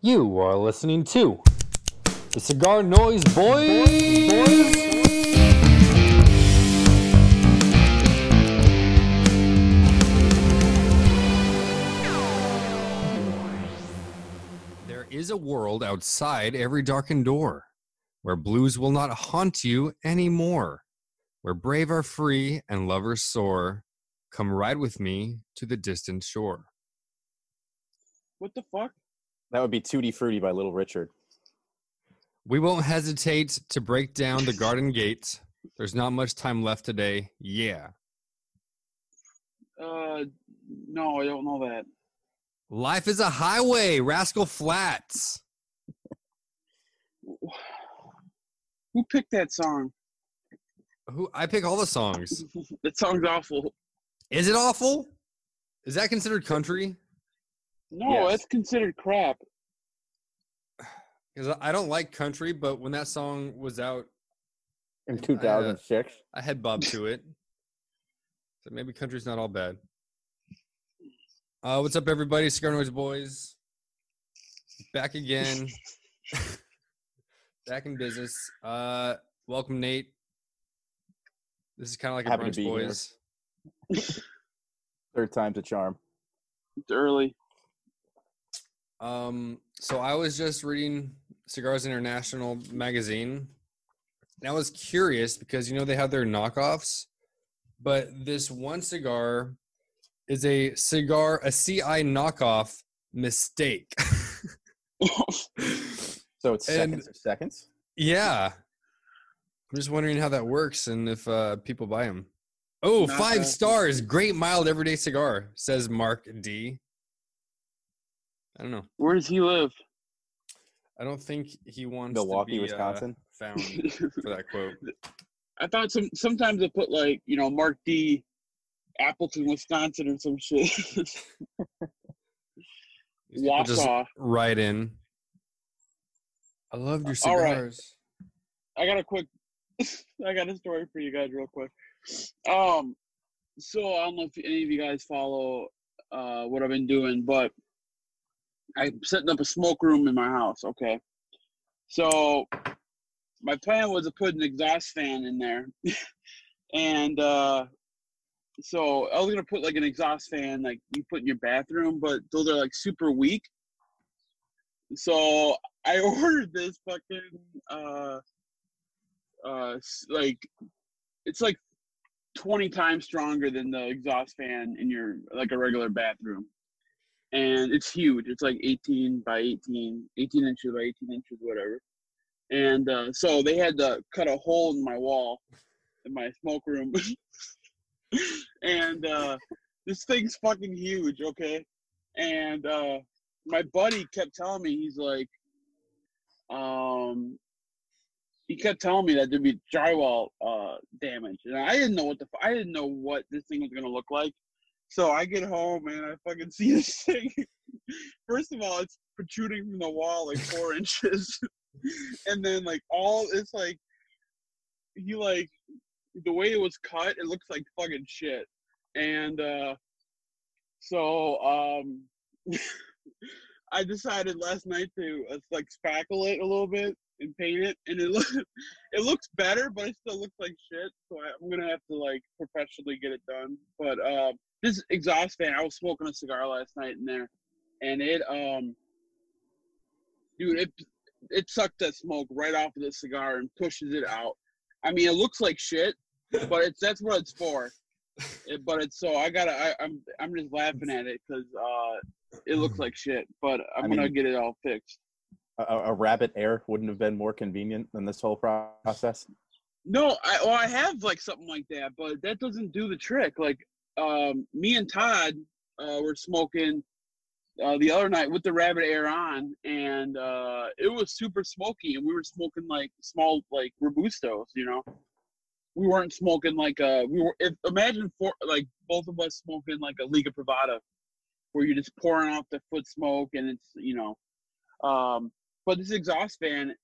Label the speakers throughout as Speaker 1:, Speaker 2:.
Speaker 1: You are listening to the Cigar Noise Boys.
Speaker 2: There is a world outside every darkened door where blues will not haunt you anymore, where brave are free and lovers soar. Come ride with me to the distant shore.
Speaker 3: What the fuck?
Speaker 4: That would be Tutti Frutti by Little Richard.
Speaker 2: We won't hesitate to break down the garden gates. There's not much time left today. Yeah.
Speaker 3: Uh, no, I don't know that.
Speaker 2: Life is a highway, Rascal Flats.
Speaker 3: Who picked that song?
Speaker 2: Who I pick all the songs.
Speaker 3: That song's awful.
Speaker 2: Is it awful? Is that considered country?
Speaker 3: No,
Speaker 4: Yes.
Speaker 3: that's considered crap.
Speaker 2: Because I don't like country, but when that song was out, Oh,
Speaker 4: In 2006.
Speaker 2: I had Bob to it. So maybe country's not all bad. Uh, what's up, everybody? Cigar Noise Boys. Back again. Back in business. Uh, welcome, Nate. This is kind of like a
Speaker 4: Happy to
Speaker 2: brunch
Speaker 4: be here.
Speaker 2: boys.
Speaker 4: Third time's a charm.
Speaker 3: It's early.
Speaker 2: Um, so I was just reading Cigars International magazine, and I was curious because you know they have their knockoffs, but this one cigar is a cigar a CI knockoff mistake.
Speaker 4: So it's
Speaker 2: And-
Speaker 4: seconds or seconds.
Speaker 2: yeah, I'm just wondering how that works and if uh, people buy them. Oh,
Speaker 3: Not
Speaker 2: five
Speaker 3: bad.
Speaker 2: stars, great mild everyday cigar, says Mark D. I don't know.
Speaker 3: Where does he live?
Speaker 2: I don't think he wants to
Speaker 4: Milwaukee,
Speaker 2: be, uh,
Speaker 4: Wisconsin.
Speaker 2: found. for that quote.
Speaker 3: I thought some sometimes they put like you know Mark D, Appleton, Wisconsin, or some shit.
Speaker 2: These people just
Speaker 3: Wausau.
Speaker 2: right in. I loved your
Speaker 3: All right.
Speaker 2: cigars.
Speaker 3: I got a quick. I got a story for you guys real quick. Um, so I don't know if any of you guys follow uh, what I've been doing, but I'm setting up a smoke room in my house. Okay, so my plan was to put an exhaust fan in there, and uh, so I was gonna put like an exhaust fan like you put in your bathroom, but those are like super weak. So I ordered this fucking. Uh, uh s- like it's like 20 times stronger than the exhaust fan in your like a regular bathroom and it's huge it's like 18 by 18 18 inches by 18 inches whatever and uh, so they had to cut a hole in my wall in my smoke room and uh, this thing's fucking huge okay and uh, my buddy kept telling me he's like um he kept telling me that there'd be drywall uh, damage, and I didn't know what the fu- I didn't know what this thing was gonna look like. So I get home and I fucking see this thing. First of all, it's protruding from the wall like four inches, and then like all it's like he like the way it was cut, it looks like fucking shit. And uh, so um, I decided last night to uh, like spackle it a little bit and paint it, and it looks it looks better, but it still looks like shit. So I, I'm gonna have to like professionally get it done. But uh, this exhaust fan, I was smoking a cigar last night in there, and it um, dude, it it sucked that smoke right off of the cigar and pushes it out. I mean, it looks like shit, but it's that's what it's for. It, but it's so I gotta I, I'm I'm just laughing at it because uh, it looks like shit. But I'm
Speaker 4: I mean-
Speaker 3: gonna get it all fixed.
Speaker 4: A, a a rabbit air wouldn't have been more convenient than this whole process.
Speaker 3: No, I well, I have like something like that, but that doesn't do the trick. Like, um, me and Todd uh, were smoking uh, the other night with the rabbit air on, and uh, it was super smoky, and we were smoking like small like robustos, you know. We weren't smoking like uh we were. If, imagine for like both of us smoking like a Liga Privada, where you're just pouring off the foot smoke, and it's you know, um. But this exhaust fan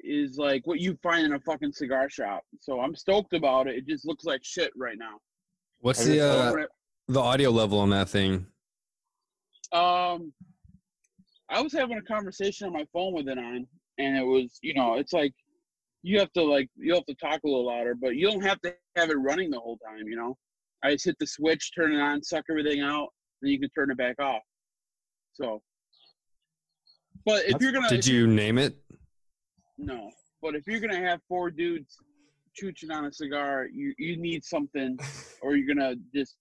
Speaker 3: is like what you find in a fucking cigar shop. So I'm stoked about it. It just looks like shit right now.
Speaker 2: What's
Speaker 4: I
Speaker 2: the
Speaker 4: just
Speaker 3: So
Speaker 2: uh,
Speaker 3: when it-
Speaker 2: the audio level on that thing?
Speaker 3: um, I was having a conversation on my phone with it on, and it was, you know, it's like you have to like you have to talk a little louder, but you don't have to have it running the whole time, you know. I just hit the switch, turn it on, suck everything out, then you can turn it back off. So, but if you're gonna,
Speaker 2: Did you name it?
Speaker 3: no, but if you're gonna have four dudes chooching on a cigar, you you need something, or you're gonna just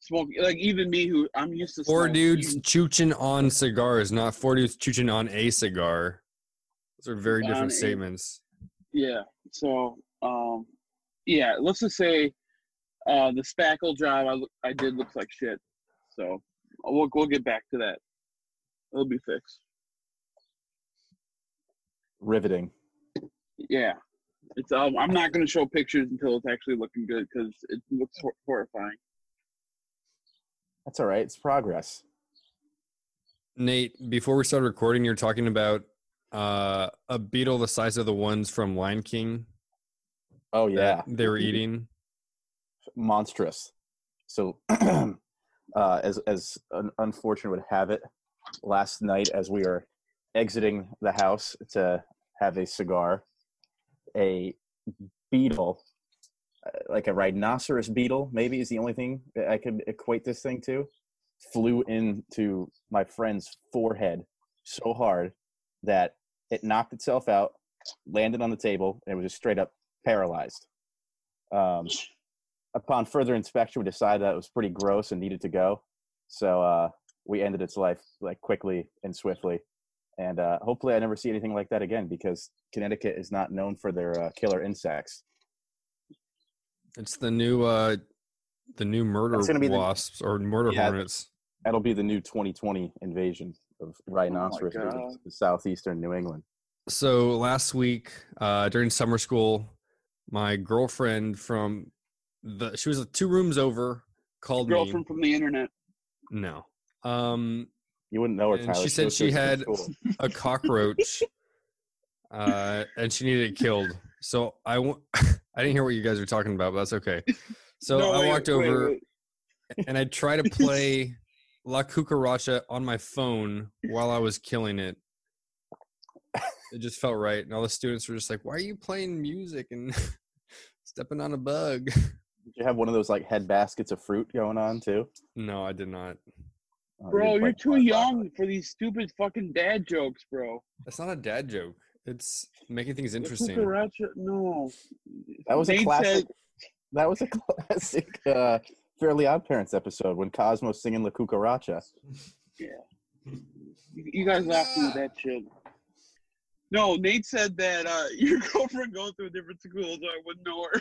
Speaker 3: smoke. Like even me, who I'm used to
Speaker 2: Four
Speaker 3: smoking,
Speaker 2: dudes chooching on cigars, not four dudes chooching on a cigar. Those are very
Speaker 3: On
Speaker 2: different
Speaker 3: a-
Speaker 2: statements.
Speaker 3: Yeah. So, um, yeah, let's just say uh, the spackle job I, loo- I did looks like shit. So we'll we'll get back to that. It'll be fixed.
Speaker 4: Riveting.
Speaker 3: Yeah. It's um, I'm not gonna show pictures until it's actually looking good because it looks hor- horrifying.
Speaker 4: That's all right. It's progress.
Speaker 2: Nate, before we started recording, you're talking about uh, a beetle the size of the ones from Lion King
Speaker 4: Oh yeah.
Speaker 2: that they were eating.
Speaker 4: monstrous. So, uh, as as un- unfortunate would have it, last night as we were exiting the house to have a cigar, a beetle, uh, like a rhinoceros beetle, maybe is the only thing that I could equate this thing to, flew into my friend's forehead so hard that it knocked itself out, landed on the table, and it was just straight up paralyzed. Um, upon further inspection, we decided that it was pretty gross and needed to go. So uh, we ended its life like quickly and swiftly. And uh, hopefully, I never see anything like that again because Connecticut is not known for their uh, killer insects.
Speaker 2: It's the new uh, the new murder
Speaker 4: That's gonna be the-
Speaker 2: wasps or murder
Speaker 4: Yeah.
Speaker 2: hornets.
Speaker 4: That'll be the new 2020 invasion of rhinoceros
Speaker 3: God.
Speaker 4: to the southeastern New England.
Speaker 2: So last week uh, during summer school, my girlfriend from the she was two rooms over called me.
Speaker 3: Girlfriend from the internet.
Speaker 2: No, um,
Speaker 4: You wouldn't know her,
Speaker 2: And
Speaker 4: Tyler.
Speaker 2: she
Speaker 4: goes
Speaker 2: said
Speaker 4: to a
Speaker 2: she
Speaker 4: different
Speaker 2: had-
Speaker 4: school.
Speaker 2: a cockroach uh, and she needed it killed. So I w- I didn't hear what you guys were talking about, but that's okay. So
Speaker 3: No,
Speaker 2: I
Speaker 3: wait,
Speaker 2: walked
Speaker 3: wait,
Speaker 2: over
Speaker 3: wait.
Speaker 2: and I tried to play La Cucaracha on my phone while I was killing it. It just felt right. And all the students were just like, why are you playing music and stepping on a bug?
Speaker 4: Did you have one of those like head baskets of fruit going on too?
Speaker 2: No, I did not.
Speaker 4: Oh, you
Speaker 3: Bro,
Speaker 4: didn't
Speaker 3: you're
Speaker 4: like
Speaker 3: too
Speaker 4: Firefly.
Speaker 3: young for these stupid fucking dad jokes, bro.
Speaker 2: That's not a dad joke. It's making things
Speaker 3: The
Speaker 2: interesting.
Speaker 3: Cucaracha- No.
Speaker 4: That was a
Speaker 3: Nate
Speaker 4: classic.
Speaker 3: said-
Speaker 4: That was a classic uh, Fairly Odd Parents episode when Cosmo's singing La Cucaracha.
Speaker 3: You you guys laughing at that shit. No, Nate said that uh, your girlfriend goes to a different school, so I wouldn't know her.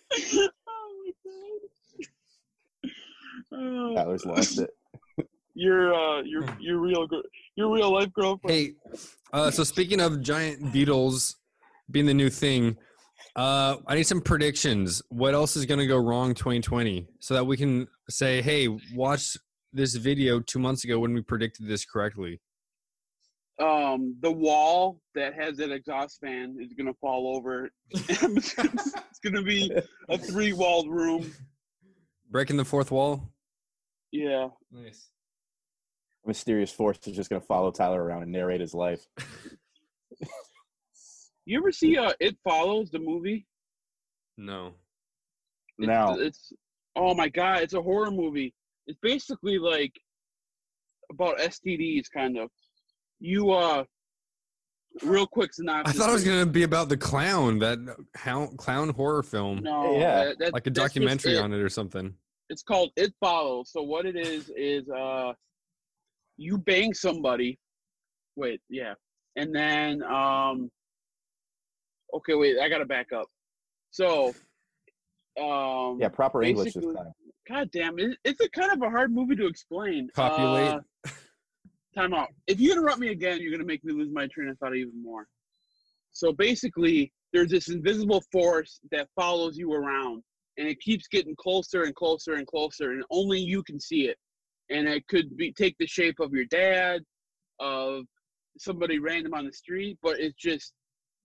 Speaker 3: oh my god! Uh,
Speaker 4: Tyler's lost it.
Speaker 3: your uh, your your real gir- your real life girlfriend.
Speaker 2: Hey, uh, so speaking of giant beetles being the new thing, uh, I need some predictions. What else is going to go wrong 2020 so that we can say, hey, watch this video two months ago when we predicted this correctly?
Speaker 3: Um, the wall that has that exhaust fan is gonna fall over. it's gonna be a three-walled room.
Speaker 2: Breaking the fourth wall.
Speaker 3: Yeah.
Speaker 2: Nice.
Speaker 4: mysterious force is just going to follow Tyler around and narrate his life.
Speaker 3: You ever see uh, It Follows the movie?
Speaker 2: No.
Speaker 3: It's,
Speaker 4: Now,
Speaker 3: it's oh my god, it's a horror movie. It's basically like about STDs, kind of. You uh, real quick
Speaker 2: I
Speaker 3: synopsis.
Speaker 2: thought it was going to be about the clown, that hou- clown horror film,
Speaker 3: no,
Speaker 4: Yeah,
Speaker 3: that- that-
Speaker 2: like a
Speaker 3: that's just
Speaker 2: documentary
Speaker 3: it.
Speaker 2: on it or something.
Speaker 3: It's called It Follows. So what it is is uh, you bang somebody. Wait, yeah, and then um, okay, wait, I gotta back up. So, um,
Speaker 4: yeah, proper English this
Speaker 3: basically-
Speaker 4: time.
Speaker 3: God damn it! It's a kind of a hard movie to explain.
Speaker 2: Copulate.
Speaker 3: Uh, time out. If you interrupt me again, you're gonna make me lose my train of thought even more. So basically, there's this invisible force that follows you around, and it keeps getting closer and closer and closer, and only you can see it. And it could be take the shape of your dad, of somebody random on the street, but it's just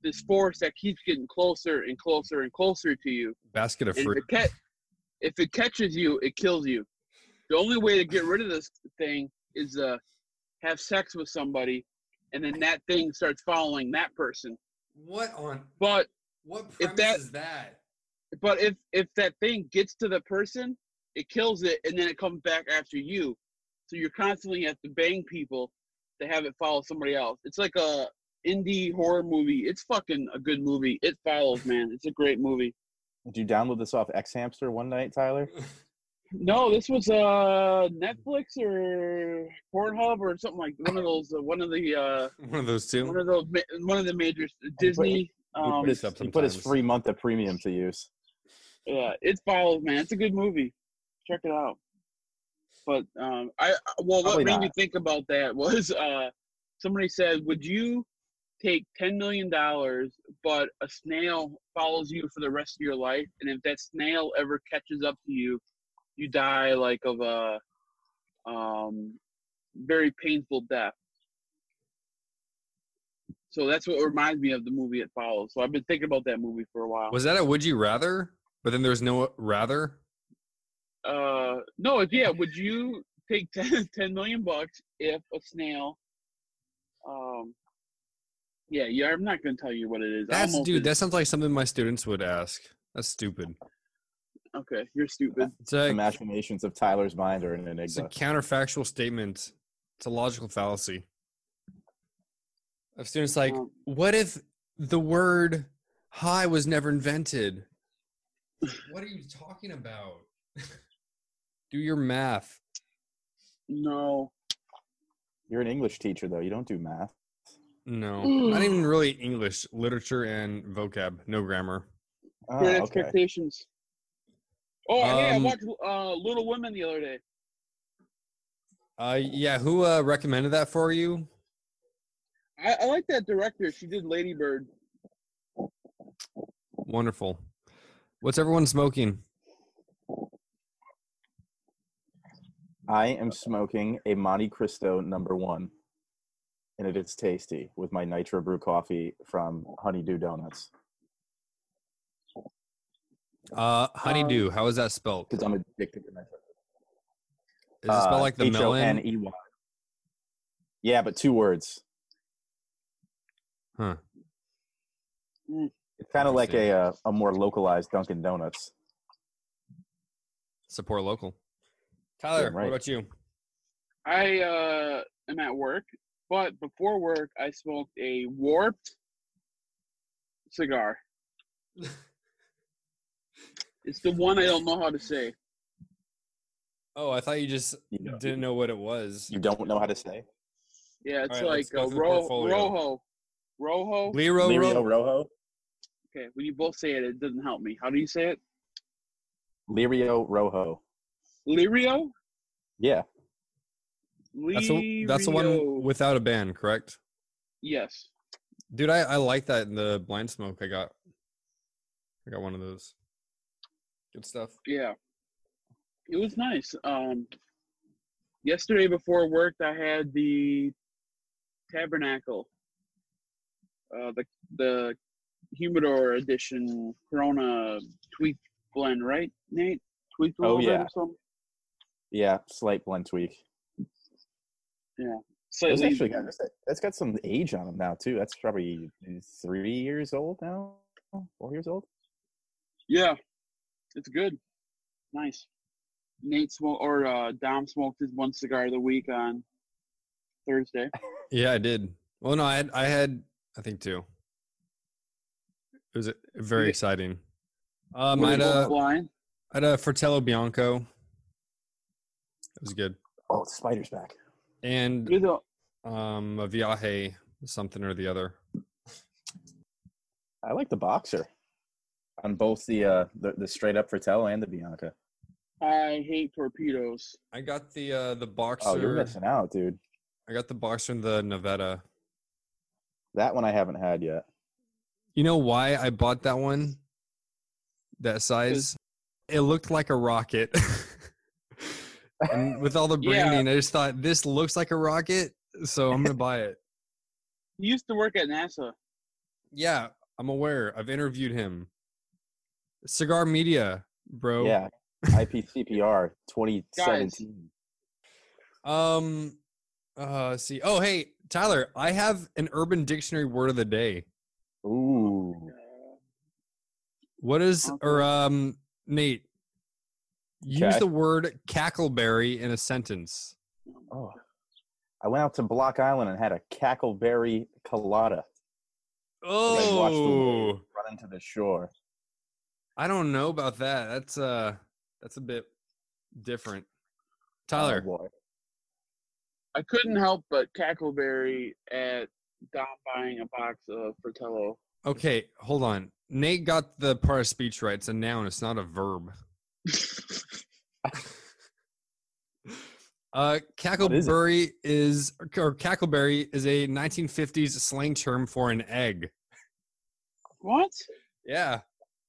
Speaker 3: this force that keeps getting closer and closer and closer to you.
Speaker 2: Basket of
Speaker 3: And if
Speaker 2: fruit.
Speaker 3: it, ca- if it catches you, it kills you. The only way to get rid of this thing is uh, have sex with somebody, and then that thing starts following that person.
Speaker 2: What on
Speaker 3: But
Speaker 2: what
Speaker 3: If
Speaker 2: premise
Speaker 3: that-
Speaker 2: is that?
Speaker 3: but if if that thing gets to the person, it kills it, and then it comes back after you. So you're constantly have to bang people to have it follow somebody else. It's like a indie horror movie. It's fucking a good movie. It follows, man. It's a great movie.
Speaker 4: Did you download this off X Hamster one night, Tyler?
Speaker 3: No, this was uh Netflix or Pornhub or something like one of those. Uh, one of the uh,
Speaker 2: One of those
Speaker 3: one
Speaker 2: two.
Speaker 3: of those ma- one of the major Disney.
Speaker 4: He
Speaker 3: Um,
Speaker 4: put his-
Speaker 2: Sometimes.
Speaker 4: he put his free month of premium to use.
Speaker 3: Yeah, it follows, man. It's a good movie. Check it out. But um, I I- well, what
Speaker 4: Probably
Speaker 3: made
Speaker 4: not.
Speaker 3: me think about that was uh, somebody said, "Would you take ten million dollars, but a snail follows you for the rest of your life, and if that snail ever catches up to you, you die like of a um, very painful death." So that's what reminds me of the movie It Follows. So I've been thinking about that movie for a while.
Speaker 2: Was that a would you rather? But then there's no rather.
Speaker 3: uh no if yeah would you take 10, 10 million bucks if a snail um yeah yeah i'm not gonna tell you what it is I
Speaker 2: That's
Speaker 3: almost
Speaker 2: dude.
Speaker 3: did-
Speaker 2: That sounds like something my students would ask. That's stupid.
Speaker 3: okay you're stupid
Speaker 2: It's a,
Speaker 4: The machinations of Tyler's mind are an
Speaker 2: it's a
Speaker 4: enigma.
Speaker 2: counterfactual statement. It's a logical fallacy. Of students like,
Speaker 3: Um,
Speaker 2: what if the word "high" was never invented? What are you talking about? Do your math.
Speaker 3: no
Speaker 4: You're an English teacher, though. You don't do math.
Speaker 2: No, not even really English literature and vocab. No grammar.
Speaker 4: Ah,
Speaker 3: great
Speaker 4: okay.
Speaker 3: expectations oh hey i
Speaker 2: Um,
Speaker 3: watched uh little women the other day
Speaker 2: Uh, yeah. Who uh, recommended that for you?
Speaker 3: i, I like that director she did ladybird
Speaker 2: Wonderful. What's everyone smoking?
Speaker 4: I am smoking a Monte Cristo number one, and it is tasty with my nitro brew coffee from Honeydew Donuts
Speaker 2: Uh, honeydew. How is that spelled? Is
Speaker 4: because I'm addicted to nitro.
Speaker 2: it
Speaker 4: uh,
Speaker 2: spelled like the melon?
Speaker 4: H-O-N-E-Y. E Yeah, but two words.
Speaker 2: Huh.
Speaker 3: Mm.
Speaker 4: It's kind of like a,
Speaker 2: Interesting.
Speaker 4: uh, a more localized Dunkin' Donuts.
Speaker 2: Support local. Tyler,
Speaker 4: right.
Speaker 2: what about you?
Speaker 3: i uh am at work but before work i smoked a warped cigar it's the one i don't know how to say
Speaker 2: Oh, I thought you just
Speaker 4: You know-
Speaker 2: didn't know what it was.
Speaker 4: you don't know how to say?
Speaker 3: Yeah, it's
Speaker 2: All right, let's
Speaker 3: like
Speaker 2: go
Speaker 3: uh,
Speaker 2: through the
Speaker 3: ro-
Speaker 2: portfolio.
Speaker 3: Rojo. Rojo.
Speaker 2: Lero,
Speaker 4: Lirio
Speaker 2: Ro-
Speaker 4: Rojo?
Speaker 3: Okay, when you both say it, it doesn't help me. How do you say it?
Speaker 4: Lirio Rojo.
Speaker 3: Lirio?
Speaker 4: Yeah.
Speaker 2: That's the, that's the one
Speaker 3: Lirio.
Speaker 2: without a band, correct?
Speaker 3: Yes.
Speaker 2: Dude, I, I like that in the blind smoke I got. I got one of those. Good stuff.
Speaker 3: Yeah. It was nice. Um, yesterday before work, I had the Tabernacle, uh, the the Humidor edition Corona tweak blend, right, Nate? Tweaked a
Speaker 4: Oh,
Speaker 3: little bit
Speaker 4: yeah.
Speaker 3: or something.
Speaker 4: Yeah, slight blend tweak. Those
Speaker 3: Slightly.
Speaker 4: actually got, that's got some age on them now, too. That's probably three years old now? Four years old?
Speaker 3: Yeah, it's good. Nice. Nate smoked or uh, Dom smoked his one cigar of the week on Thursday.
Speaker 2: Yeah, I did. Well, no, I had, I had, I think two. It was uh, very
Speaker 3: Yeah.
Speaker 2: exciting. Um,
Speaker 3: Were
Speaker 2: I had
Speaker 3: you both
Speaker 2: a,
Speaker 3: blind.
Speaker 2: I had a uh, Fratello Bianco. It was good,
Speaker 4: Oh, the spider's back.
Speaker 2: and
Speaker 3: You're the-
Speaker 2: um, a Viaje something or the other.
Speaker 4: I like the boxer on both the uh the, the straight up Fratello and the Bianca.
Speaker 3: I hate torpedoes.
Speaker 2: I got the uh, the
Speaker 4: Oh,
Speaker 2: boxer.
Speaker 4: you're missing out, dude.
Speaker 2: I got the boxer and the Nevada.
Speaker 4: That one I haven't had yet.
Speaker 2: You know why I bought that one? That size? It looked like a rocket. and with all the
Speaker 3: Yeah.
Speaker 2: branding, I just thought this looks like a rocket, so I'm gonna buy it.
Speaker 3: He used to work at NASA.
Speaker 2: Yeah, I'm aware. I've interviewed him. Cigar Media, bro.
Speaker 4: Yeah, IPCPR 2017.
Speaker 2: Um, uh, let's see. Oh, hey, Tyler, I have an Urban Dictionary word of the day.
Speaker 4: Ooh.
Speaker 2: What is or um Nate? Use
Speaker 4: Mm-hmm. Okay.
Speaker 2: the word cackleberry in a sentence.
Speaker 4: Oh. I went out to Block Island and had a cackleberry colada. I watched
Speaker 2: Oh,
Speaker 4: the Run into the shore.
Speaker 2: I don't know about that. That's uh, that's a bit different.
Speaker 4: Oh,
Speaker 2: Tyler,
Speaker 4: boy.
Speaker 3: I couldn't help but cackleberry at Dom buying a box of Fratello.
Speaker 2: okay, hold on. Nate got the part of speech right. It's a noun. It's not a verb. Uh,
Speaker 4: is it?
Speaker 2: cackleberry is, or cackleberry is a 1950s slang term for an egg.
Speaker 3: What?
Speaker 2: Yeah,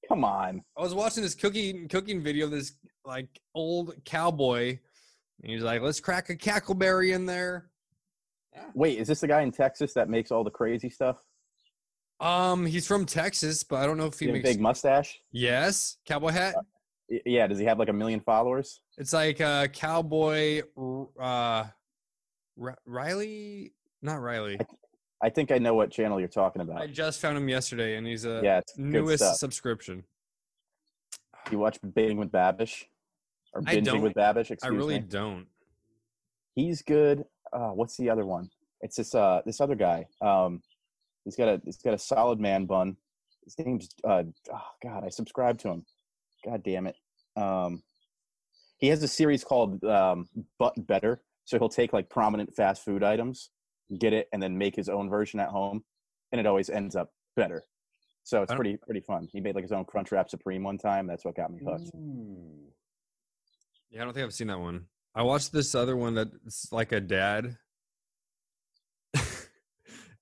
Speaker 4: Come on.
Speaker 2: I was watching this cooking cooking video of this like old cowboy, and he's like, "Let's crack a cackleberry in there."
Speaker 4: Wait, is this the guy in Texas that makes all the crazy stuff?
Speaker 2: Um, he's from Texas, but I don't know if he
Speaker 4: He had a
Speaker 2: makes.
Speaker 4: big mustache?
Speaker 2: Yes, cowboy hat.
Speaker 4: Y- Yeah, does he have like a million followers?
Speaker 2: It's like uh, cowboy. Uh, Ri- Riley, not Riley.
Speaker 4: I think I know what channel you're talking
Speaker 2: I
Speaker 4: about.
Speaker 2: just found him yesterday, and he's a
Speaker 4: Yeah, it's good
Speaker 2: newest
Speaker 4: stuff.
Speaker 2: subscription.
Speaker 4: You watch Bing with Babish? Or
Speaker 2: I
Speaker 4: Binging
Speaker 2: don't.
Speaker 4: with Babish, excuse
Speaker 2: I really
Speaker 4: me.
Speaker 2: don't.
Speaker 4: he's good. Uh, what's the other one? It's this uh this other guy. Um, he's got a he's got a solid man bun. His name's uh oh God, I subscribe to him. God damn it. Um, he has a series called um, But Better. So he'll take like prominent fast food items, get it, and then make his own version at home, and it always ends up better. So it's
Speaker 2: I don't-
Speaker 4: pretty pretty fun. He made like his own Crunchwrap Supreme one time. That's what got me hooked.
Speaker 2: Yeah, I don't think I've seen that one. I watched this other one that's like a dad.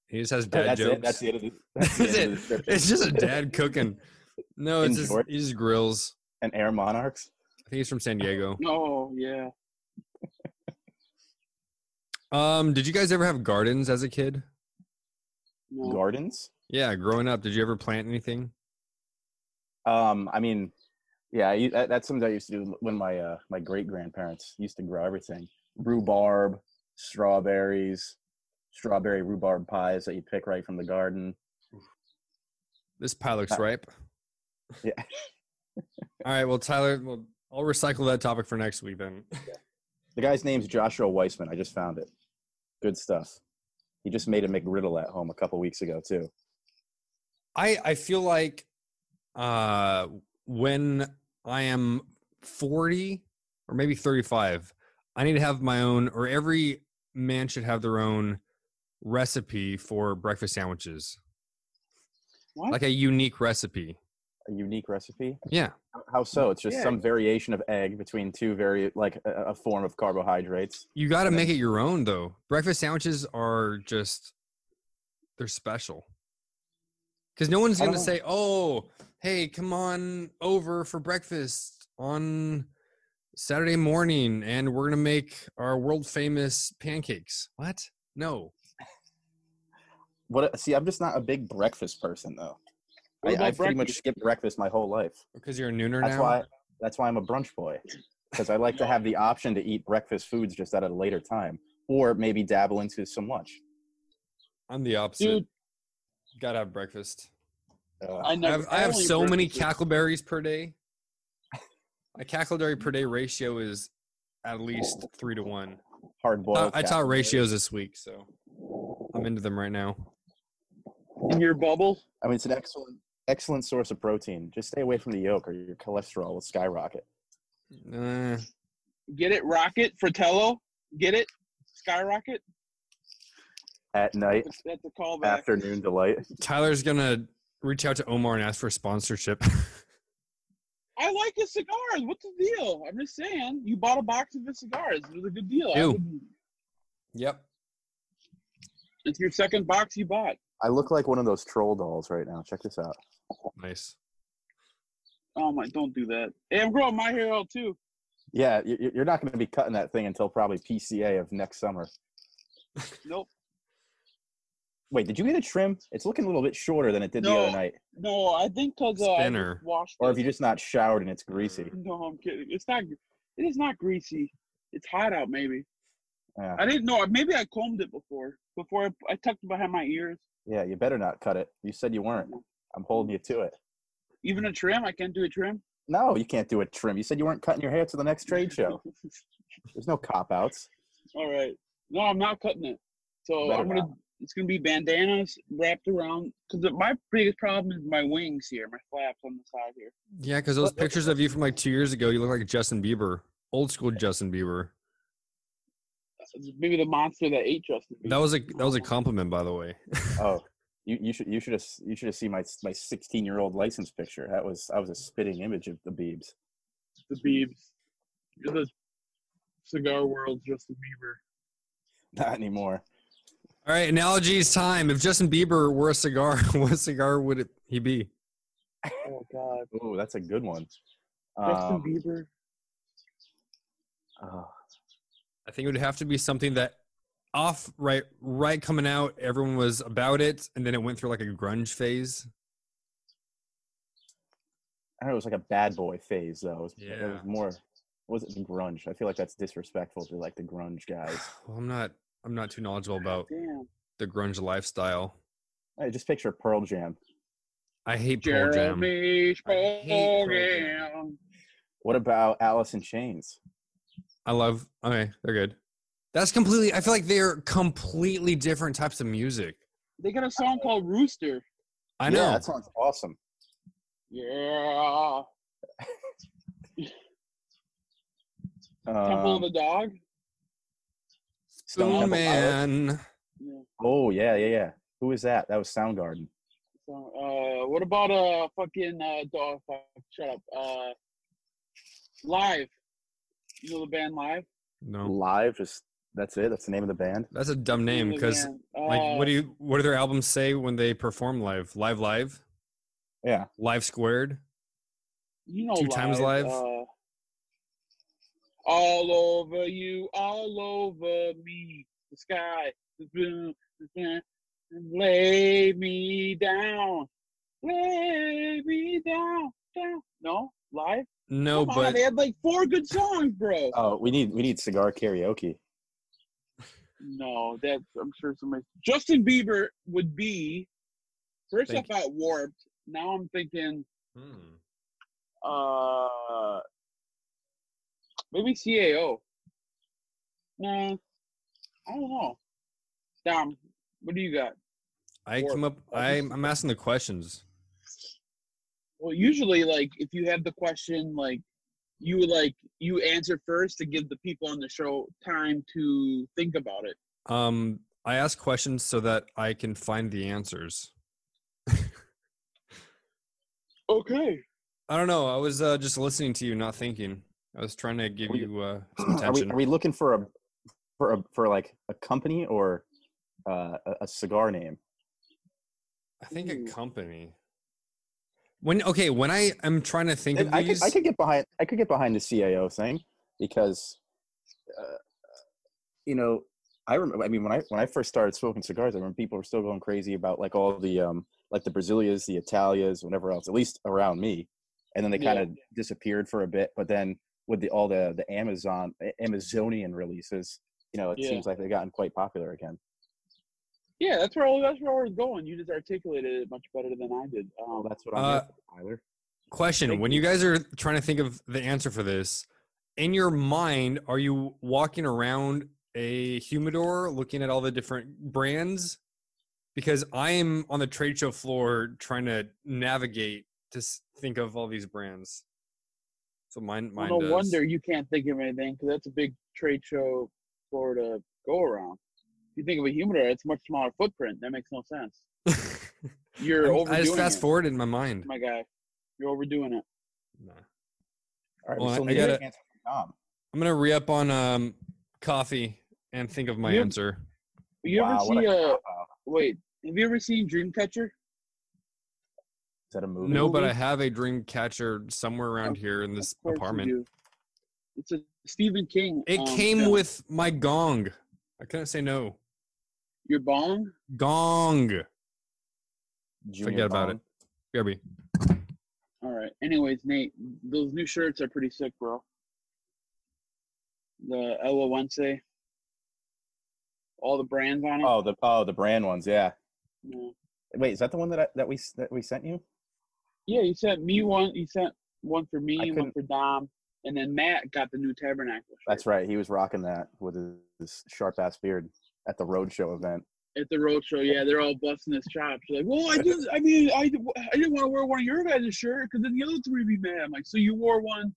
Speaker 2: he just has dad
Speaker 4: That's
Speaker 2: jokes.
Speaker 4: it. That's the end of the,
Speaker 2: That's
Speaker 4: that's the end of the
Speaker 2: it.
Speaker 4: description.
Speaker 2: It's just a dad cooking. No,
Speaker 4: In
Speaker 2: it's just,
Speaker 4: short.
Speaker 2: he just grills.
Speaker 4: and Air Monarchs.
Speaker 2: I think he's from San Diego.
Speaker 3: Oh yeah.
Speaker 2: Um, did you guys ever have gardens as a kid?
Speaker 3: No.
Speaker 4: Gardens.
Speaker 2: Yeah, growing up, did you ever plant anything?
Speaker 4: Um, I mean, yeah, I, that, that's something I used to do when my uh, my great grandparents used to grow everything: rhubarb, strawberries, strawberry rhubarb pies that you pick right from the garden.
Speaker 2: This pie looks
Speaker 4: Uh,
Speaker 2: ripe.
Speaker 4: yeah.
Speaker 2: All right. Well, Tyler, well, I'll recycle that topic for next week then.
Speaker 4: The guy's name's Joshua Weissman. I just found it. Good stuff. He just made a McGriddle at home a couple weeks ago too.
Speaker 2: I I feel like uh when I am 40 or maybe 35, I need to have my own or every man should have their own recipe for breakfast sandwiches.
Speaker 3: What?
Speaker 2: Like a unique recipe.
Speaker 4: A unique recipe.
Speaker 2: Yeah.
Speaker 4: How so? It's just
Speaker 3: Yeah.
Speaker 4: some variation of egg between two very like a, a form of carbohydrates.
Speaker 2: You got to make it your own though. Breakfast sandwiches are just they're special. Cuz no one's
Speaker 4: I
Speaker 2: going to
Speaker 4: don't
Speaker 2: say, "Oh, hey, come on over for breakfast on Saturday morning and we're going to make our world famous pancakes." What? No.
Speaker 4: What? See, I'm just not a big breakfast person though. I,
Speaker 3: What about
Speaker 4: I've pretty much
Speaker 3: breakfast?
Speaker 4: skipped breakfast my whole life.
Speaker 2: Because you're a nooner
Speaker 4: That's
Speaker 2: now.
Speaker 4: why. That's why I'm a brunch boy, because I like to have the option to eat breakfast foods just at a later time, or maybe dabble into some lunch.
Speaker 2: I'm the opposite.
Speaker 3: Dude,
Speaker 2: Got to have breakfast.
Speaker 4: Uh,
Speaker 3: I
Speaker 2: I
Speaker 3: know.
Speaker 2: have, I have
Speaker 3: only
Speaker 2: so many
Speaker 3: breakfast is-
Speaker 2: cackleberries per day. My cackleberry per day ratio is at least 3 to 1.
Speaker 4: Hard
Speaker 2: I-
Speaker 4: boiled.
Speaker 2: I taught ratios this week, so I'm into them right now.
Speaker 3: in your bubble.
Speaker 4: I mean, it's an excellent, excellent source of protein. Just stay away from the yolk, or your cholesterol will skyrocket.
Speaker 2: Uh,
Speaker 3: Get it, rocket Fratello. Get it, skyrocket.
Speaker 4: At night,
Speaker 3: That's that's a callback.
Speaker 4: afternoon delight.
Speaker 2: Tyler's gonna reach out to Omar and ask for sponsorship.
Speaker 3: I like his cigars. What's the deal? I'm just saying. You bought a box of his cigars. It was a good deal. I
Speaker 2: Ew.
Speaker 3: wouldn't-
Speaker 2: yep.
Speaker 3: It's your second box you bought.
Speaker 4: I look like one of those troll dolls right now. Check this out.
Speaker 2: Nice.
Speaker 3: Oh my! Don't do that. Hey, I'm growing my hair out too.
Speaker 4: Yeah, you- you- you're not going to be cutting that thing until probably PCA of next summer.
Speaker 3: Nope.
Speaker 4: Wait, did you get a trim? It's looking a little bit shorter than it did the
Speaker 3: No.
Speaker 4: other night.
Speaker 3: No, I think because uh, I
Speaker 2: Spinner.
Speaker 3: just washed.
Speaker 4: Or
Speaker 3: it.
Speaker 4: if you just not showered and it's greasy.
Speaker 3: No, I'm kidding. It's not. It is not greasy. It's hot out. Maybe
Speaker 4: Yeah,
Speaker 3: I didn't know. Maybe I combed it before. Before I, I tucked it behind my ears.
Speaker 4: yeah, you better not cut it. You said you weren't. I'm holding you to it.
Speaker 3: Even a trim. I can't do a trim.
Speaker 4: No, you can't do a trim. You said you weren't cutting your hair to the next trade show. There's no cop outs.
Speaker 3: All right. No, I'm not cutting it. So
Speaker 4: Better
Speaker 3: I'm gonna. It's gonna be bandanas wrapped around. Cause my biggest problem is my wings here, my flaps on the side here.
Speaker 2: Yeah, because those pictures of you from like two years ago, you look like Justin Bieber, old school Justin Bieber.
Speaker 3: Uh, Maybe the monster that ate Justin.
Speaker 2: That was a that was a compliment, by the way.
Speaker 4: Oh, you, you should you should have s- you should have seen my s- my 16 year old license picture. That was I was a spitting image of the Biebs.
Speaker 3: the Biebs. You're the cigar world Justin Bieber.
Speaker 4: Not anymore.
Speaker 2: All right, analogies time. If Justin Bieber were a cigar, what cigar would it, he be?
Speaker 3: Oh God,
Speaker 4: Oh, that's a good one.
Speaker 3: Justin
Speaker 4: Um,
Speaker 3: Bieber.
Speaker 4: oh,
Speaker 2: I think it would have to be something that off right right coming out, everyone was about it, and then it went through like a grunge phase.
Speaker 4: I don't know. It was like a bad boy phase though. It was, it
Speaker 2: Yeah.
Speaker 4: was more. Was it grunge? I feel like that's disrespectful to like the grunge guys.
Speaker 2: Well, I'm not I'm not too knowledgeable about
Speaker 3: Damn.
Speaker 2: the grunge lifestyle.
Speaker 4: I just picture Pearl Jam.
Speaker 2: I hate Pearl Jam.
Speaker 3: Jeremy
Speaker 2: I hate Pearl Jam.
Speaker 3: Spogan.
Speaker 4: What about Alice in Chains?
Speaker 2: I love. Okay, they're good. That's completely. I feel like they're completely different types of music.
Speaker 3: They got a song called Rooster.
Speaker 2: I know.
Speaker 4: Yeah, that sounds awesome.
Speaker 3: Yeah. Temple of
Speaker 4: Um,
Speaker 3: the Dog.
Speaker 4: Stone Temple
Speaker 2: Spoon
Speaker 4: Pilots.
Speaker 2: Oh, Man.
Speaker 3: Yeah.
Speaker 4: Oh yeah, yeah, yeah. Who is that? That was Soundgarden.
Speaker 3: So, uh, what about uh fucking uh dog? Fuck, shut up. Uh, live. You know the band Live.
Speaker 4: Oh.
Speaker 2: No,
Speaker 4: Live is that's it. That's the name of the band.
Speaker 2: that's a dumb name
Speaker 3: The
Speaker 2: because
Speaker 3: band.
Speaker 2: like,
Speaker 3: Uh,
Speaker 2: what do you? What do their albums say when they perform live? Live, live,
Speaker 4: Yeah.
Speaker 2: live squared.
Speaker 3: You know,
Speaker 2: Two times live?
Speaker 3: uh, all over you, all over me, the sky, the blue, the sky, and lay me down, lay me down, down. No, live.
Speaker 2: No,
Speaker 3: Come on,
Speaker 2: but Uh,
Speaker 3: they had like four good songs, bro.
Speaker 4: Oh, we need we need cigar karaoke.
Speaker 3: no, that's I'm sure somebody. Justin Bieber would be first
Speaker 2: Thank
Speaker 3: off out warped. Now I'm thinking
Speaker 2: Hmm.
Speaker 3: Uh, maybe CAO. Nah, I don't know. Dom, what do you got?
Speaker 2: I
Speaker 3: Or-
Speaker 2: come up. I'm, I'm asking the questions.
Speaker 3: Well, usually, like if you have the question, like you would like you answer first to give the people on the show time to think about it.
Speaker 2: Um, I ask questions so that I can find the answers.
Speaker 3: Okay.
Speaker 2: I don't know. I was uh, just listening to you, not thinking. I was trying to give
Speaker 4: We-
Speaker 2: you uh, some
Speaker 4: Are we,
Speaker 2: attention.
Speaker 4: are we looking for a for a for like a company or uh, a, a cigar name?
Speaker 2: I think a
Speaker 3: Ooh.
Speaker 2: company. When okay, when I am trying to think
Speaker 4: And
Speaker 2: of
Speaker 4: I could,
Speaker 2: these,
Speaker 4: I could get behind I could get behind the CAO thing because uh, you know I remember I mean when I when I first started smoking cigars I remember people were still going crazy about like all the um like the Brazilias the Italias whatever else at least around me and then they
Speaker 3: Yeah.
Speaker 4: kind of disappeared for a bit but then with the all the the Amazon A- Amazonian releases you know it
Speaker 3: Yeah.
Speaker 4: seems like they've gotten quite popular again
Speaker 3: Yeah, that's where all that's where we're going. You just articulated it much better than I did. Um,
Speaker 4: well Oh, that's what I'm
Speaker 2: Uh,
Speaker 4: here for, Tyler
Speaker 2: question:
Speaker 4: Thank
Speaker 2: When you guys are trying to think of the answer for this, in your mind, are you walking around a humidor looking at all the different brands? Because I am on the trade show floor trying to navigate to s- think of all these brands. So mine, mine.
Speaker 3: well, no
Speaker 2: does.
Speaker 3: wonder you can't think of anything because that's a big trade show Florida go around. If you think of a humidor, it's a much smaller footprint. That makes no sense. You're
Speaker 2: I'm-
Speaker 3: overdoing
Speaker 2: I just fast
Speaker 3: it,
Speaker 2: forward in my mind.
Speaker 3: my guy. You're overdoing it.
Speaker 2: Nah.
Speaker 4: all right we
Speaker 2: well,
Speaker 4: still
Speaker 2: I
Speaker 4: need an
Speaker 2: gotta-
Speaker 4: answer from Dom.
Speaker 2: I'm gonna re up on um coffee and think of my
Speaker 3: Yep.
Speaker 2: answer.
Speaker 3: You
Speaker 4: Wow,
Speaker 3: ever
Speaker 4: what
Speaker 3: see
Speaker 4: a
Speaker 2: uh,
Speaker 3: a
Speaker 4: cop-out.
Speaker 3: wait? Have you ever seen Dreamcatcher?
Speaker 4: is that a movie
Speaker 2: No, but I
Speaker 3: movie?
Speaker 2: have a dream catcher somewhere around
Speaker 3: Of-
Speaker 2: here in this
Speaker 3: Of course you
Speaker 2: apartment.
Speaker 3: do. It's a Stephen King.
Speaker 2: It
Speaker 3: um,
Speaker 2: came
Speaker 3: film.
Speaker 2: with my gong. I couldn't say no.
Speaker 3: Your bong?
Speaker 2: Gong.
Speaker 4: Junior
Speaker 2: Forget about
Speaker 4: Bong.
Speaker 2: it. BRB.
Speaker 3: All right. Anyways, Nate, those new shirts are pretty sick, bro. The Ella Wednesday. All the brands on it.
Speaker 4: Oh, the oh the brand ones. Yeah.
Speaker 3: Yeah.
Speaker 4: Wait, is that the one that I, that we that we sent you?
Speaker 3: Yeah, you sent me one. You sent one for
Speaker 4: I
Speaker 3: me, one
Speaker 4: couldn't-
Speaker 3: for Dom, and then Matt got the new Tabernacle. Shirt
Speaker 4: That's right. He was rocking that with his, sharp ass beard at the roadshow event.
Speaker 3: At the road show, yeah, they're all busting his chops. They're like, "Well, I just, I mean, I, I didn't want to wear one of your guys' shirt because then the other three would be mad." I'm like, "So you wore one?"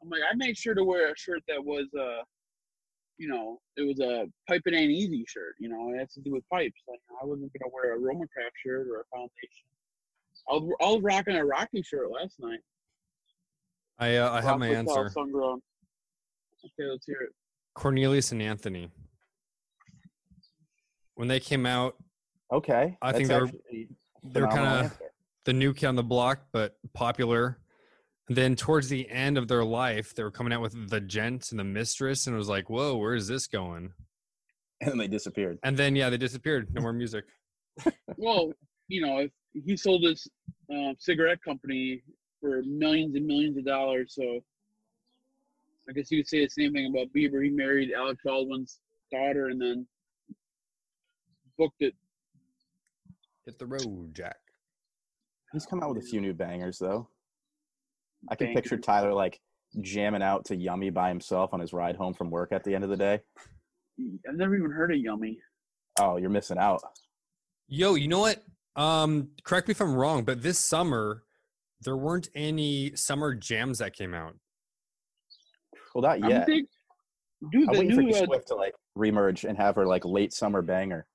Speaker 3: I'm like, "I made sure to wear a shirt that was, uh, you know, it was a pipe it ain't easy shirt. You know, it has to do with pipes. Like, I wasn't gonna wear a Roma Craft shirt or a Foundation. I was, I was rocking a Rocky shirt last night.
Speaker 2: I uh, I have my
Speaker 3: Rock with Cal
Speaker 2: answer.
Speaker 3: Sungrown. Okay, let's hear it.
Speaker 2: Cornelius and Anthony. When they came out,
Speaker 4: Okay.
Speaker 2: I think
Speaker 4: that's
Speaker 2: they're-
Speaker 4: actually a
Speaker 2: they're
Speaker 4: phenomenal
Speaker 2: kinda-
Speaker 4: answer.
Speaker 2: the new kid on the block, but popular. And then towards the end of their life, they were coming out with the gent and the mistress, and it was like, whoa, where is this going?
Speaker 4: and then they disappeared.
Speaker 2: And then yeah, they disappeared. No more music.
Speaker 3: Well, you know, if he sold his uh, cigarette company for millions and millions of dollars, so I guess you could say the same thing about Bieber. He married Alec Baldwin's daughter and then booked it.
Speaker 2: Hit the road, Jack.
Speaker 4: He's come out with a few new bangers though. I can
Speaker 3: Bangers.
Speaker 4: picture Tyler like jamming out to Yummy by himself on his ride home from work at the end of the day.
Speaker 3: I've never even heard of Yummy.
Speaker 4: Oh, you're missing out.
Speaker 2: Yo, you know what? Um, correct me if I'm wrong, but this summer there weren't any summer jams that came out.
Speaker 4: Well, not
Speaker 3: I'm
Speaker 4: yet.
Speaker 3: big, dude,
Speaker 4: I'm
Speaker 3: the
Speaker 4: waiting for
Speaker 3: new,
Speaker 4: D
Speaker 3: uh,
Speaker 4: Swift to like remerge and have her like late summer banger.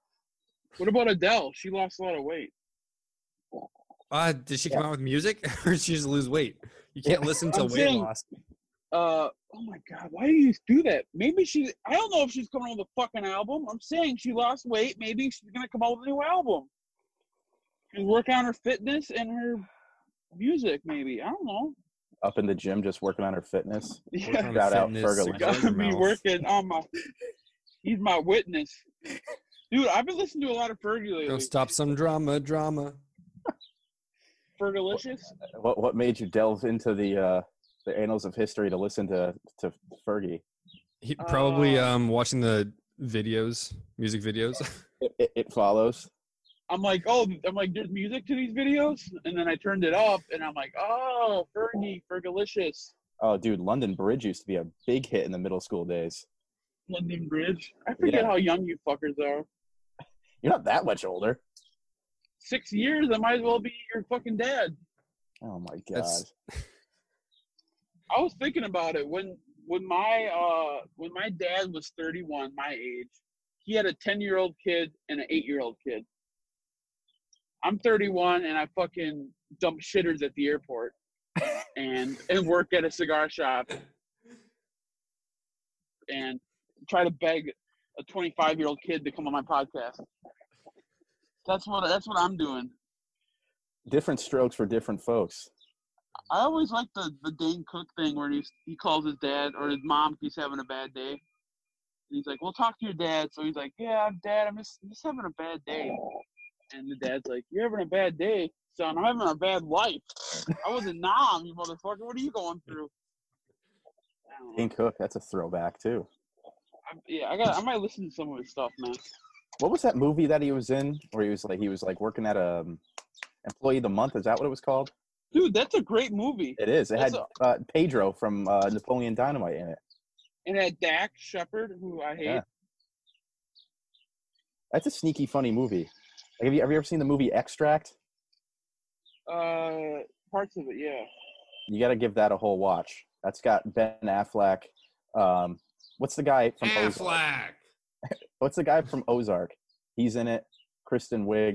Speaker 3: what about Adele? She lost a lot of weight.
Speaker 2: Uh, did she come out with music, or did she just lose weight? You can't listen to
Speaker 3: I'm
Speaker 2: weight
Speaker 3: saying-
Speaker 2: loss.
Speaker 3: uh oh my god why do you do that maybe she i don't know if she's coming out with a fucking album i'm saying she lost weight maybe she's gonna come out with a new album and work on her fitness and her music maybe i don't know
Speaker 4: Up in the gym, just working on her fitness.
Speaker 2: Working
Speaker 3: yeah
Speaker 2: on
Speaker 4: Shout out
Speaker 2: fitness,
Speaker 4: Fergalicious.
Speaker 2: working on your
Speaker 3: gotta be
Speaker 2: mouth.
Speaker 3: working on my he's my witness dude i've been listening to a lot of fergie lately
Speaker 2: Don't stop some drama, drama.
Speaker 3: fergalicious
Speaker 4: What what made you delve into the uh, the annals of history to listen to to Fergie?
Speaker 2: He, probably
Speaker 3: Uh,
Speaker 2: um watching the videos, music videos.
Speaker 4: It, it, it follows.
Speaker 3: i'm like oh i'm like there's music to these videos and then i turned it up and i'm like oh fergie fergalicious
Speaker 4: Oh, dude, London Bridge used to be a big hit in the middle school days.
Speaker 3: London Bridge. I forget
Speaker 4: Yeah.
Speaker 3: how young you fuckers are.
Speaker 4: You're not that much older.
Speaker 3: Six years, I might as well be your fucking dad.
Speaker 4: Oh my god.
Speaker 2: That's-
Speaker 3: I was thinking about it when when my uh when my dad was thirty one, my age, he had a ten year old kid and an eight year old kid. I'm thirty one and I fucking dump shitters at the airport and and work at a cigar shop and try to beg a twenty five year old kid to come on my podcast. That's what that's what I'm doing.
Speaker 4: Different strokes for different folks.
Speaker 3: I always like the the Dane Cook thing where he's, he calls his dad or his mom if he's having a bad day. And he's like, "Well, talk to your dad." So he's like, "Yeah, I'm dad. I'm just just having a bad day." And the dad's like, "You're having a bad day, son. I'm having a bad life. I was a nom, you motherfucker. What are you going through?" I don't know.
Speaker 4: Dane Cook, that's a throwback too.
Speaker 3: I'm- yeah, I got. I might listen to some of his stuff, man.
Speaker 4: What was that movie that he was in where he was like he was like working at a um, employee of the month? Is that what it was called?
Speaker 3: Dude, that's a great movie.
Speaker 4: It is. It
Speaker 3: That's
Speaker 4: had uh, Pedro from uh, Napoleon Dynamite in it.
Speaker 3: And that Dak Shepard, who I hate.
Speaker 4: Yeah. That's a sneaky funny movie. Like, have you have you ever seen the movie Extract?
Speaker 3: Uh, parts of it, yeah.
Speaker 4: You got to give that a whole watch. That's got Ben Affleck. Um, what's the guy from Ozark?
Speaker 2: Affleck.
Speaker 4: What's the guy from Ozark? He's in it. Kristen Wiig,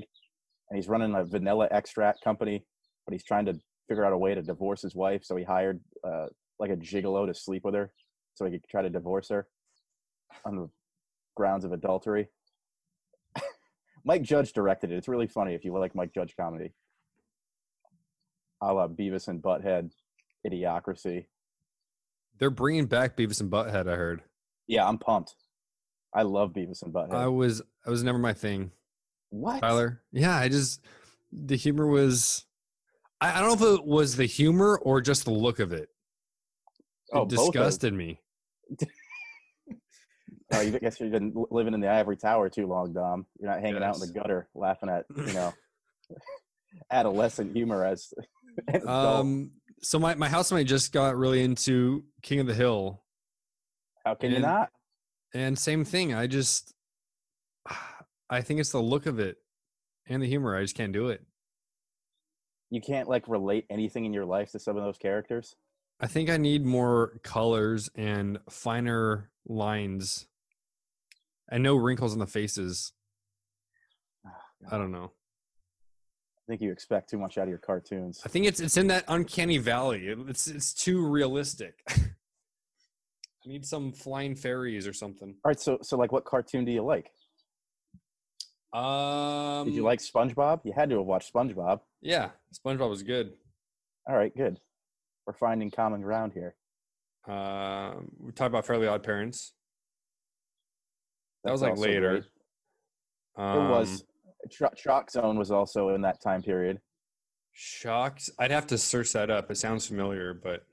Speaker 4: and he's running a vanilla extract company, but he's trying to figure out a way to divorce his wife. So he hired uh, like a gigolo to sleep with her, so he could try to divorce her on the grounds of adultery. Mike Judge directed it. It's really funny if you like Mike Judge comedy. A la Beavis and Butthead, Idiocracy.
Speaker 2: They're bringing back Beavis and Butthead. I heard.
Speaker 4: Yeah, I'm pumped. I love Beavis and Butthead.
Speaker 2: I was I was never my thing.
Speaker 4: what?
Speaker 2: Tyler. Yeah, I just the humor was I, I don't know if it was the humor or just the look of it. It
Speaker 4: Oh, both of-
Speaker 2: disgusted me.
Speaker 4: Oh, you guess you've been li- living in the ivory tower too long, Dom. You're not hanging out in
Speaker 2: Yes.
Speaker 4: the gutter laughing at you know adolescent humor as an adult.
Speaker 2: Um so my, my housemate just got really into King of the Hill
Speaker 4: How can you
Speaker 2: and-
Speaker 4: not?
Speaker 2: and same thing. I just I think it's the look of it and the humor. I just can't do it.
Speaker 4: You can't like relate anything in your life to some of those characters.
Speaker 2: I think I need more colors and finer lines and no wrinkles on the faces.
Speaker 4: Oh,
Speaker 2: I don't know.
Speaker 4: I think you expect too much out of your cartoons.
Speaker 2: I think it's it's in that uncanny valley. It- It's it's too realistic. I need some flying fairies or something.
Speaker 4: All right, so so like, what cartoon do you like?
Speaker 2: Um,
Speaker 4: Did you like SpongeBob? You had to have watched SpongeBob.
Speaker 2: Yeah, SpongeBob was good.
Speaker 4: All right, good. We're finding common ground here.
Speaker 2: Um, we talked about Fairly Odd Parents. That was, like,
Speaker 4: also
Speaker 2: later.
Speaker 4: great.
Speaker 2: Um,
Speaker 4: it was. Tro- Chalk Zone was also in that time period.
Speaker 2: shocked. I'd have to search that up. It sounds familiar, but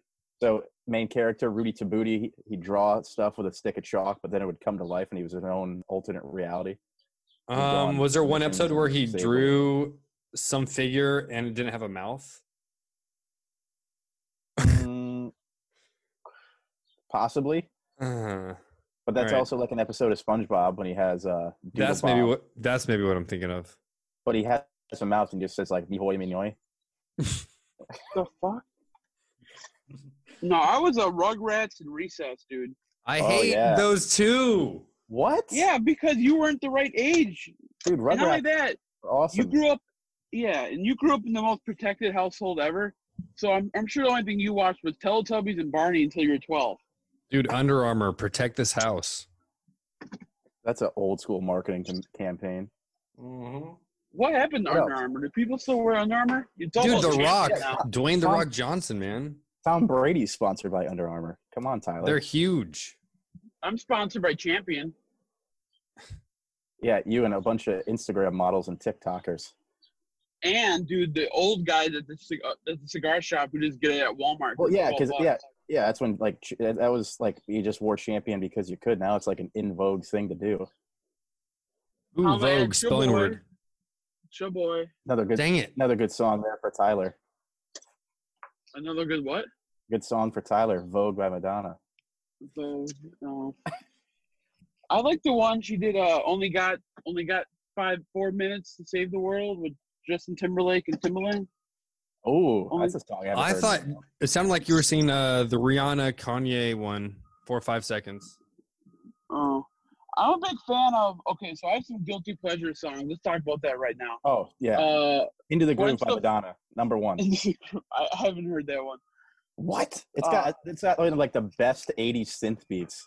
Speaker 4: So main character Rudy Tabuti, he he'd draw stuff with a stick of chalk, but then it would come to life, and he was his own alternate reality. He'd go
Speaker 2: um,
Speaker 4: on
Speaker 2: was there one
Speaker 4: missions
Speaker 2: episode
Speaker 4: and
Speaker 2: where he
Speaker 4: save the
Speaker 2: drew some figure and it didn't have a mouth?
Speaker 4: Mm, possibly,
Speaker 2: Uh,
Speaker 4: but that's
Speaker 2: Alright.
Speaker 4: also like an episode of SpongeBob when he has uh, Doodle
Speaker 2: that's maybe
Speaker 4: Bob,
Speaker 2: what. That's maybe what I'm thinking of.
Speaker 4: but he has a mouth and just says like "mihoy minoy."
Speaker 3: The fuck? No, I was a Rugrats and Recess, dude.
Speaker 2: I
Speaker 4: Oh,
Speaker 2: hate
Speaker 4: yeah.
Speaker 2: those two.
Speaker 4: What?
Speaker 3: Yeah, because you weren't the right age.
Speaker 4: dude,
Speaker 3: And not only
Speaker 4: Rugrats
Speaker 3: that,
Speaker 4: are awesome.
Speaker 3: you grew up, yeah, and you grew up in the most protected household ever. So I'm, I'm sure the only thing you watched was Teletubbies and Barney until you were 12.
Speaker 2: Dude, Under Armour, protect this house.
Speaker 4: That's an old school marketing cam- campaign.
Speaker 2: Mm-hmm.
Speaker 3: What happened to
Speaker 4: What
Speaker 3: Under
Speaker 4: else?
Speaker 3: Armour? Do people still wear Under Armour? It's
Speaker 2: Dude,
Speaker 3: almost
Speaker 2: The
Speaker 3: cheap
Speaker 2: Rock,
Speaker 3: now.
Speaker 2: Dwayne The
Speaker 4: Tom-
Speaker 2: Rock Johnson, man.
Speaker 4: Tom Brady's sponsored by Under Armour. Come on, Tyler.
Speaker 2: They're huge.
Speaker 3: I'm sponsored by Champion.
Speaker 4: yeah, you and a bunch of Instagram models and TikTokers.
Speaker 3: And dude, the old guy at the, cig- uh, at the cigar shop who just get it at Walmart.
Speaker 4: Well,
Speaker 3: for
Speaker 4: yeah,
Speaker 3: 12
Speaker 4: 'cause-
Speaker 3: bucks.
Speaker 4: yeah. Yeah, that's when like ch- that that was like you just wore champion because you could. Now it's like an in vogue thing to do.
Speaker 2: Ooh,
Speaker 3: Oh, man,
Speaker 2: Vogue,
Speaker 3: good
Speaker 2: spelling
Speaker 3: boy.
Speaker 2: word.
Speaker 3: It's your boy.
Speaker 4: Another good,
Speaker 2: Dang it.
Speaker 4: another good song there for Tyler.
Speaker 3: Another good what?
Speaker 4: Good song for Tyler. Vogue by Madonna.
Speaker 3: So, no. I like the one she did. Uh, only got only got five four minutes to save the world with Justin Timberlake and Timberland.
Speaker 4: Oh,
Speaker 3: Oh,
Speaker 4: that's a song. I, haven't
Speaker 2: I
Speaker 4: heard in a
Speaker 2: thought-
Speaker 4: while.
Speaker 2: It sounded like you were seeing uh, the Rihanna Kanye one, four or five seconds.
Speaker 3: Oh, I'm a big fan of. Okay, so I have some guilty pleasure songs. Let's talk about that right now.
Speaker 4: Oh yeah,
Speaker 3: Uh,
Speaker 4: Into the
Speaker 3: why
Speaker 4: Groove by
Speaker 3: so-
Speaker 4: Madonna, number one.
Speaker 3: I I haven't heard that one.
Speaker 4: What? It's
Speaker 3: Uh,
Speaker 4: got it's got one of, like the best '80s synth beats.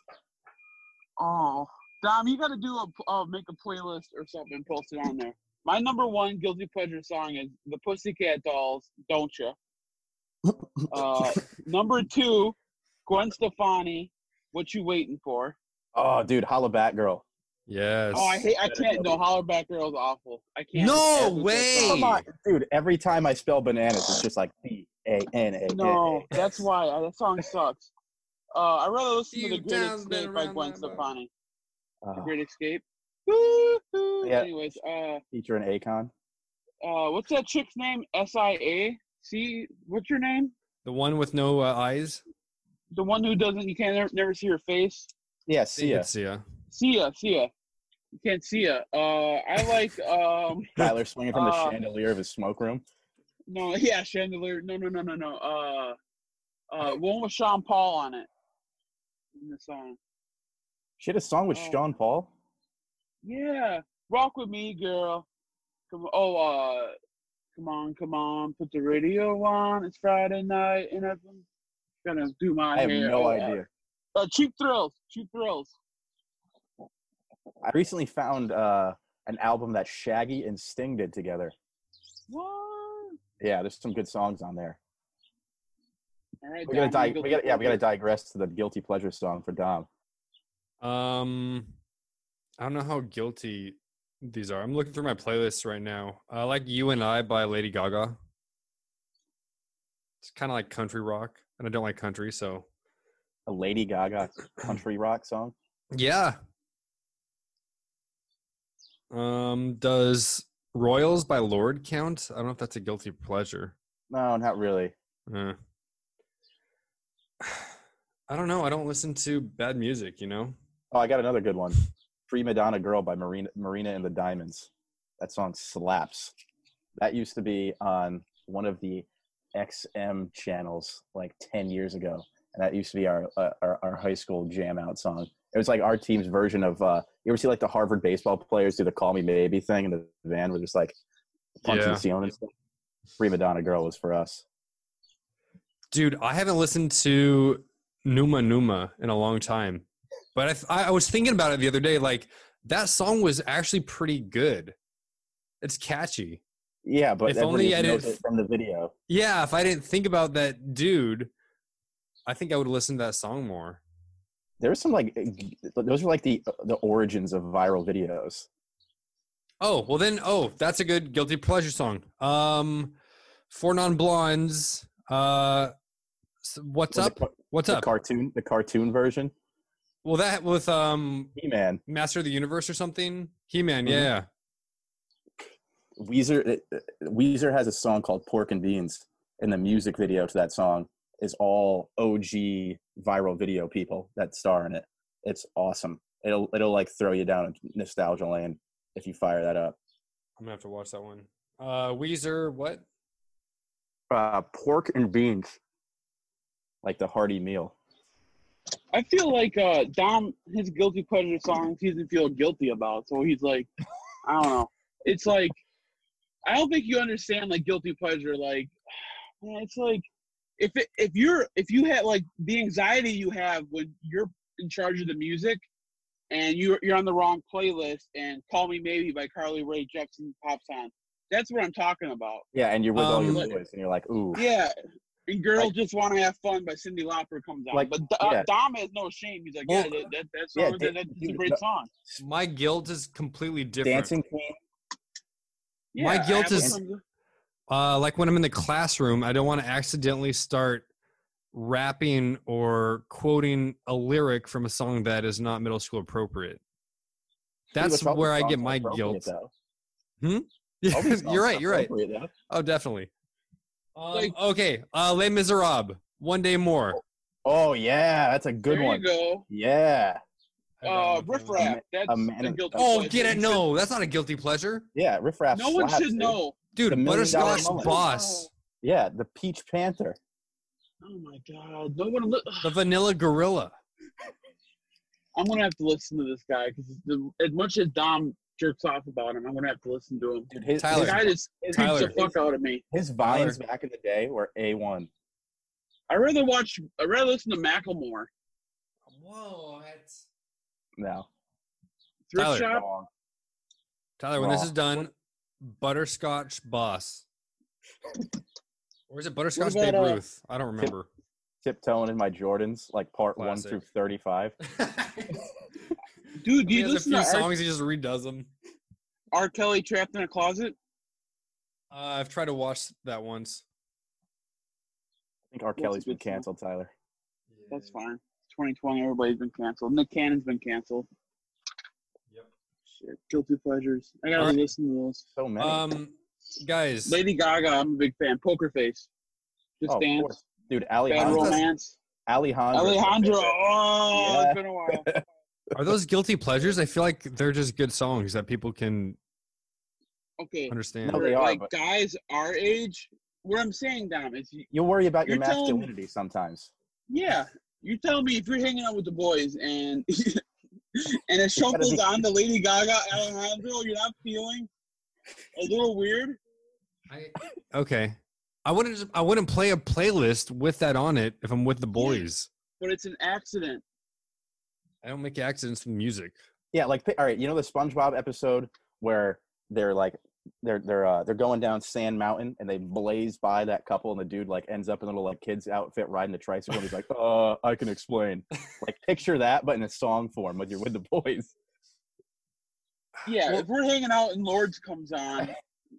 Speaker 3: Oh, Dom, you got to do a uh, make a playlist or something, post it on there. My number one guilty pleasure song is the Pussycat Dolls, "Don't Ya." Uh, number two, Gwen Stefani, "What You Waiting For."
Speaker 4: Oh, dude, Holla Back Girl.
Speaker 2: Yes.
Speaker 3: Oh, I hate, I can't. No, Hollerback Girl's awful. I can't.
Speaker 2: No
Speaker 3: That's-
Speaker 2: way!
Speaker 4: Come on, dude. Every time I spell bananas, it's just like B A N A.
Speaker 3: No, that's why uh, that song sucks. Uh, I rather listen to
Speaker 2: Few
Speaker 3: the Great
Speaker 2: times been
Speaker 3: Escape by
Speaker 2: around
Speaker 3: Gwen
Speaker 2: that bar.
Speaker 3: Stefani. The
Speaker 4: Uh,
Speaker 3: Great Escape. Woo-hoo.
Speaker 4: Yeah.
Speaker 3: Anyways, uh,
Speaker 4: featuring Akon.
Speaker 3: uh, what's that chick's name? S I A C. What's your name?
Speaker 2: The one with no uh, eyes.
Speaker 3: The one who doesn't, you can't never, never see her face.
Speaker 4: Yeah, see ya.
Speaker 2: It's Sia.
Speaker 3: Sia, Sia. You can't see ya. Uh, I like. Um,
Speaker 4: Tyler swinging from the
Speaker 3: Uh,
Speaker 4: chandelier of his smoke room.
Speaker 3: no, yeah, Chandelier. No, no, no, no, no. Uh, uh, one with Sean Paul on it. In the song.
Speaker 4: She had a song with
Speaker 3: Oh.
Speaker 4: Sean Paul.
Speaker 3: Yeah, rock with me, girl. Come on, oh, uh, come on, come on, put the radio on. It's Friday night, and I'm gonna do my
Speaker 4: I have
Speaker 3: hair.
Speaker 4: no
Speaker 3: Oh,
Speaker 4: idea.
Speaker 3: Uh, uh, cheap thrills, cheap thrills.
Speaker 4: I recently found uh, an album that Shaggy and Sting did together.
Speaker 3: What?
Speaker 4: Yeah, there's some good songs on there.
Speaker 3: All right,
Speaker 4: We gotta
Speaker 3: Dom,
Speaker 4: di-
Speaker 3: go
Speaker 4: we gotta, yeah, we gotta
Speaker 3: look
Speaker 4: digress to the guilty pleasure song for Dom.
Speaker 2: Um, I don't know how guilty these are. I'm looking through my playlists right now. I like "You and I" by Lady Gaga. It's kind of like country rock, and I don't like country, so
Speaker 4: A Lady Gaga country rock song.
Speaker 2: yeah. Um, does "Royals" by Lord count? I don't know if that's a guilty pleasure.
Speaker 4: No, not really.
Speaker 2: Uh, I don't know. I don't listen to bad music, you know.
Speaker 4: Oh, I got another good one. Free Madonna Girl by Marina Marina and the Diamonds. That song slaps. That used to be on one of the XM channels like 10 years ago. And that used to be our uh, our, our high school jam out song. It was like our team's version of uh you ever see like the Harvard baseball players do the call me maybe thing in the van where just like punching
Speaker 2: Yeah.
Speaker 4: the ceiling and stuff. Free Madonna Girl was for us.
Speaker 2: Dude, I haven't listened to Numa Numa in a long time, but I, th- I I was thinking about it the other day. Like that song was actually pretty good. It's catchy.
Speaker 4: Yeah, but
Speaker 2: If
Speaker 4: everybody
Speaker 2: only I
Speaker 4: knows
Speaker 2: didn't-
Speaker 4: it from the video.
Speaker 2: Yeah, if I didn't think about that dude, I think I would listen to that song more.
Speaker 4: There's some like eh, those are like the uh, the origins of viral videos.
Speaker 2: Oh well, then oh, that's a good guilty pleasure song. Um, for non blondes. Uh, s- what's
Speaker 4: Or the
Speaker 2: up?
Speaker 4: car-
Speaker 2: What's
Speaker 4: the
Speaker 2: up?
Speaker 4: cartoon the cartoon version
Speaker 2: Well, that with um
Speaker 4: he-man
Speaker 2: Master of the Universe or something. He Man,
Speaker 4: Mhm.
Speaker 2: yeah.
Speaker 4: weezer uh, weezer has a song called pork and beans and the music video to that song is all og viral video people that star in it it's awesome it'll it'll like throw you down nostalgia lane if you fire that up
Speaker 2: I'm gonna have to watch that one. Uh, Weezer, what?
Speaker 4: uh pork and beans like the hearty meal
Speaker 3: I feel like uh, Dom, his guilty pleasure songs, he doesn't feel guilty about. So he's like, I don't know. It's like, I don't think you understand like guilty pleasure. Like, man, it's like if it, if you're if you had like the anxiety you have when you're in charge of the music, and you're you're on the wrong playlist, and "Call Me Maybe" by Carly Rae Jepsen pops on. That's what I'm talking about.
Speaker 4: yeah and you're with all your
Speaker 2: Um,
Speaker 4: boys and you're like ooh
Speaker 3: Yeah. And girls just want to have fun by Cindy Lauper comes out.
Speaker 4: Like,
Speaker 3: but Do-
Speaker 4: yeah.
Speaker 3: Dom has no shame. He's like, yeah,
Speaker 2: Well,
Speaker 3: that, that, that
Speaker 4: yeah,
Speaker 3: song,
Speaker 4: da-
Speaker 3: that, that's a
Speaker 4: dude,
Speaker 3: great
Speaker 4: the-
Speaker 3: song.
Speaker 2: My guilt is completely different.
Speaker 4: dancing queen
Speaker 3: Yeah,
Speaker 2: My guilt
Speaker 3: Apple
Speaker 2: is-
Speaker 3: comes-
Speaker 2: Uh, like when I'm in the classroom, I don't want to accidentally start rapping or quoting a lyric from a song that is not middle school appropriate. That's
Speaker 4: Dude, all these
Speaker 2: where I
Speaker 4: songs
Speaker 2: get
Speaker 4: are
Speaker 2: my guilt.
Speaker 4: appropriate, though.
Speaker 2: Yeah,
Speaker 4: All these songs
Speaker 2: you're right.
Speaker 4: are
Speaker 2: You're right.
Speaker 4: appropriate, though.
Speaker 2: Oh, definitely. Um,
Speaker 3: Like-
Speaker 2: okay, uh, Les Miserables. One day more.
Speaker 4: oh yeah that's a good
Speaker 3: there
Speaker 4: one
Speaker 3: you go.
Speaker 4: Yeah,
Speaker 2: I don't
Speaker 3: Uh,
Speaker 2: know if
Speaker 3: Riff
Speaker 2: that was-
Speaker 4: man-
Speaker 3: Raff. That's
Speaker 4: a man
Speaker 3: a
Speaker 4: in-
Speaker 3: guilty
Speaker 2: Oh,
Speaker 3: pleasure.
Speaker 2: get
Speaker 3: You
Speaker 2: it?
Speaker 3: should-
Speaker 2: No, that's not a guilty pleasure,
Speaker 4: yeah, Riff Raff.
Speaker 3: No one
Speaker 4: slaps,
Speaker 3: should
Speaker 4: dude.
Speaker 3: know.
Speaker 4: The
Speaker 2: dude.
Speaker 4: Million
Speaker 2: Butterscotch
Speaker 4: Dollar Mullet.
Speaker 2: Boss,
Speaker 4: Yeah, the Peach Panther.
Speaker 3: Oh, my God. No one. Look,
Speaker 2: the Vanilla Gorilla.
Speaker 3: I'm going to have to listen to this guy because as much as Dom jerks off about him, I'm going to have to listen to him.
Speaker 4: Dude, his
Speaker 3: The
Speaker 2: Tyler.
Speaker 3: guy just beats
Speaker 2: Tyler.
Speaker 3: the fuck out of me.
Speaker 4: his, his vines back in the day were a one.
Speaker 3: I'd rather watch, I'd rather listen to Macklemore.
Speaker 2: Whoa, that's...
Speaker 4: No,
Speaker 3: Thrift
Speaker 2: Tyler.
Speaker 3: Shop.
Speaker 4: wrong.
Speaker 2: Tyler, when this
Speaker 4: Raw.
Speaker 2: is done, butterscotch boss. Or is it butterscotch
Speaker 3: about,
Speaker 2: Babe
Speaker 3: uh,
Speaker 2: Ruth? I don't remember.
Speaker 4: Tiptoeing in my Jordans, like part
Speaker 2: Classic.
Speaker 4: one through thirty-five.
Speaker 3: Dude, do
Speaker 2: he
Speaker 3: you
Speaker 2: has a
Speaker 3: listen
Speaker 2: few
Speaker 3: to R.
Speaker 2: songs, he just redoes them.
Speaker 3: R. Kelly Trapped in a Closet?
Speaker 2: Uh, I've tried to watch that once.
Speaker 4: I think R.
Speaker 3: That's a
Speaker 4: Kelly's been
Speaker 3: good song.
Speaker 4: canceled. Tyler.
Speaker 3: That's fine. 2020, everybody's been canceled. Nick Cannon's been canceled.
Speaker 2: Yep.
Speaker 3: Shit, guilty pleasures. I gotta
Speaker 2: Alright.
Speaker 3: listen to those.
Speaker 4: So many.
Speaker 2: Um, guys,
Speaker 3: Lady Gaga, I'm a big fan. Poker Face, Just
Speaker 4: oh, of
Speaker 3: Dance,
Speaker 4: course. dude.
Speaker 3: Bad
Speaker 4: Alejandro.
Speaker 3: Romance,
Speaker 4: Alejandro.
Speaker 3: Alejandro. Oh,
Speaker 4: Yeah.
Speaker 3: it's been a while.
Speaker 2: are those guilty pleasures? I feel like they're just good songs that people can
Speaker 3: Okay,
Speaker 2: understand.
Speaker 4: No, they are,
Speaker 3: like
Speaker 4: but-
Speaker 3: guys our age. What I'm saying, Dom, is you,
Speaker 4: You worry about your
Speaker 3: You're telling me-
Speaker 4: masculinity sometimes.
Speaker 3: yeah, you tell me if you're hanging out with the boys and and a shuffle's
Speaker 4: be-
Speaker 3: on the Lady Gaga Alejandro, you're not feeling a little weird.
Speaker 2: Okay, I wouldn't. I wouldn't play a playlist with that on it if I'm with the boys.
Speaker 3: but it's an accident.
Speaker 2: I don't make accidents with music.
Speaker 4: Yeah, like pi- all right, you know the SpongeBob episode where they're like they're they're uh, they're going down Sand Mountain and they blaze by that couple and the dude like ends up in a little like kid's outfit riding a tricycle and he's like, "Uh, I can explain." like picture that, but in a song form with your with the boys.
Speaker 3: Yeah,
Speaker 2: Well-
Speaker 3: if we're hanging out and Lords comes on,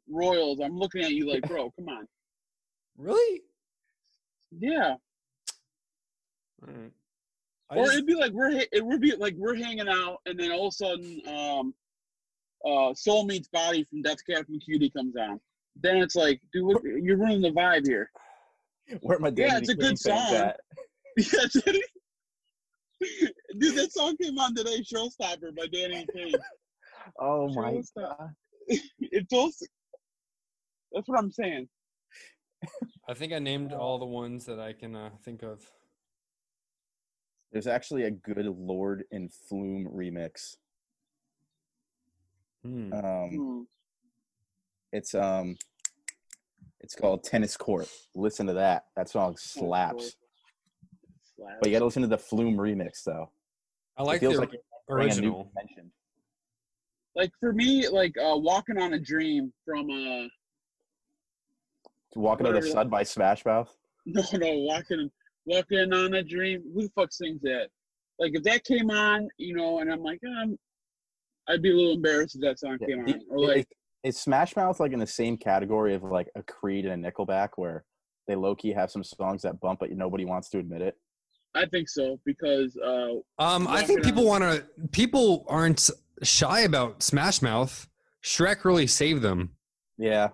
Speaker 3: Royals, I'm looking at you like, bro, come on.
Speaker 2: Really?
Speaker 3: Yeah.
Speaker 2: All right.
Speaker 3: or it'd be like we're ha- it would be like we're hanging out, and then all of a sudden, um, uh, Soul Meets Body from Death Cab from Cutie comes on. Then it's like, dude, what, you're ruining the vibe here.
Speaker 4: Where my
Speaker 3: Yeah,
Speaker 4: Danny
Speaker 3: it's a
Speaker 4: Quinn
Speaker 3: good
Speaker 4: fans
Speaker 3: song.
Speaker 4: at?
Speaker 3: Yeah, dude, Dude, that song came on today, "Showstopper" by Danny Kane.
Speaker 4: Oh
Speaker 3: Sure,
Speaker 4: my
Speaker 3: let's not-
Speaker 4: god.
Speaker 3: It's also that's what I'm saying.
Speaker 2: I think I named all the ones that I can uh, think of.
Speaker 4: There's actually a good Lord and Flume remix.
Speaker 2: Hmm.
Speaker 4: Um,
Speaker 3: Hmm.
Speaker 4: it's um, it's called Tennis Court. Listen to that. That song slaps.
Speaker 3: Slaps.
Speaker 4: But you gotta listen to the Flume remix though.
Speaker 2: I like the
Speaker 4: feels like Bring a new
Speaker 2: original.
Speaker 4: dimension.
Speaker 3: Like for me, like uh, "Walking on a Dream" from uh,
Speaker 4: Walking on the
Speaker 3: Whatever.
Speaker 4: Sun by Smash Mouth.
Speaker 3: No, no, walking, walking on a dream. Who the fuck sings that? Like if that came on, you know, and I'm like, um, I'd be a little embarrassed if that song
Speaker 4: Yeah,
Speaker 3: came
Speaker 4: the-
Speaker 3: on. Or
Speaker 4: it-
Speaker 3: like,
Speaker 4: Is Smash Mouth like in the same category of like a Creed and a Nickelback, where they low key have some songs that bump, but nobody wants to admit it?
Speaker 3: I think so because uh,
Speaker 2: Um, I
Speaker 3: Yeah,
Speaker 2: think
Speaker 3: good on
Speaker 2: people
Speaker 3: it.
Speaker 2: want to. People aren't shy about Smash Mouth. Shrek really saved them.
Speaker 4: Yeah,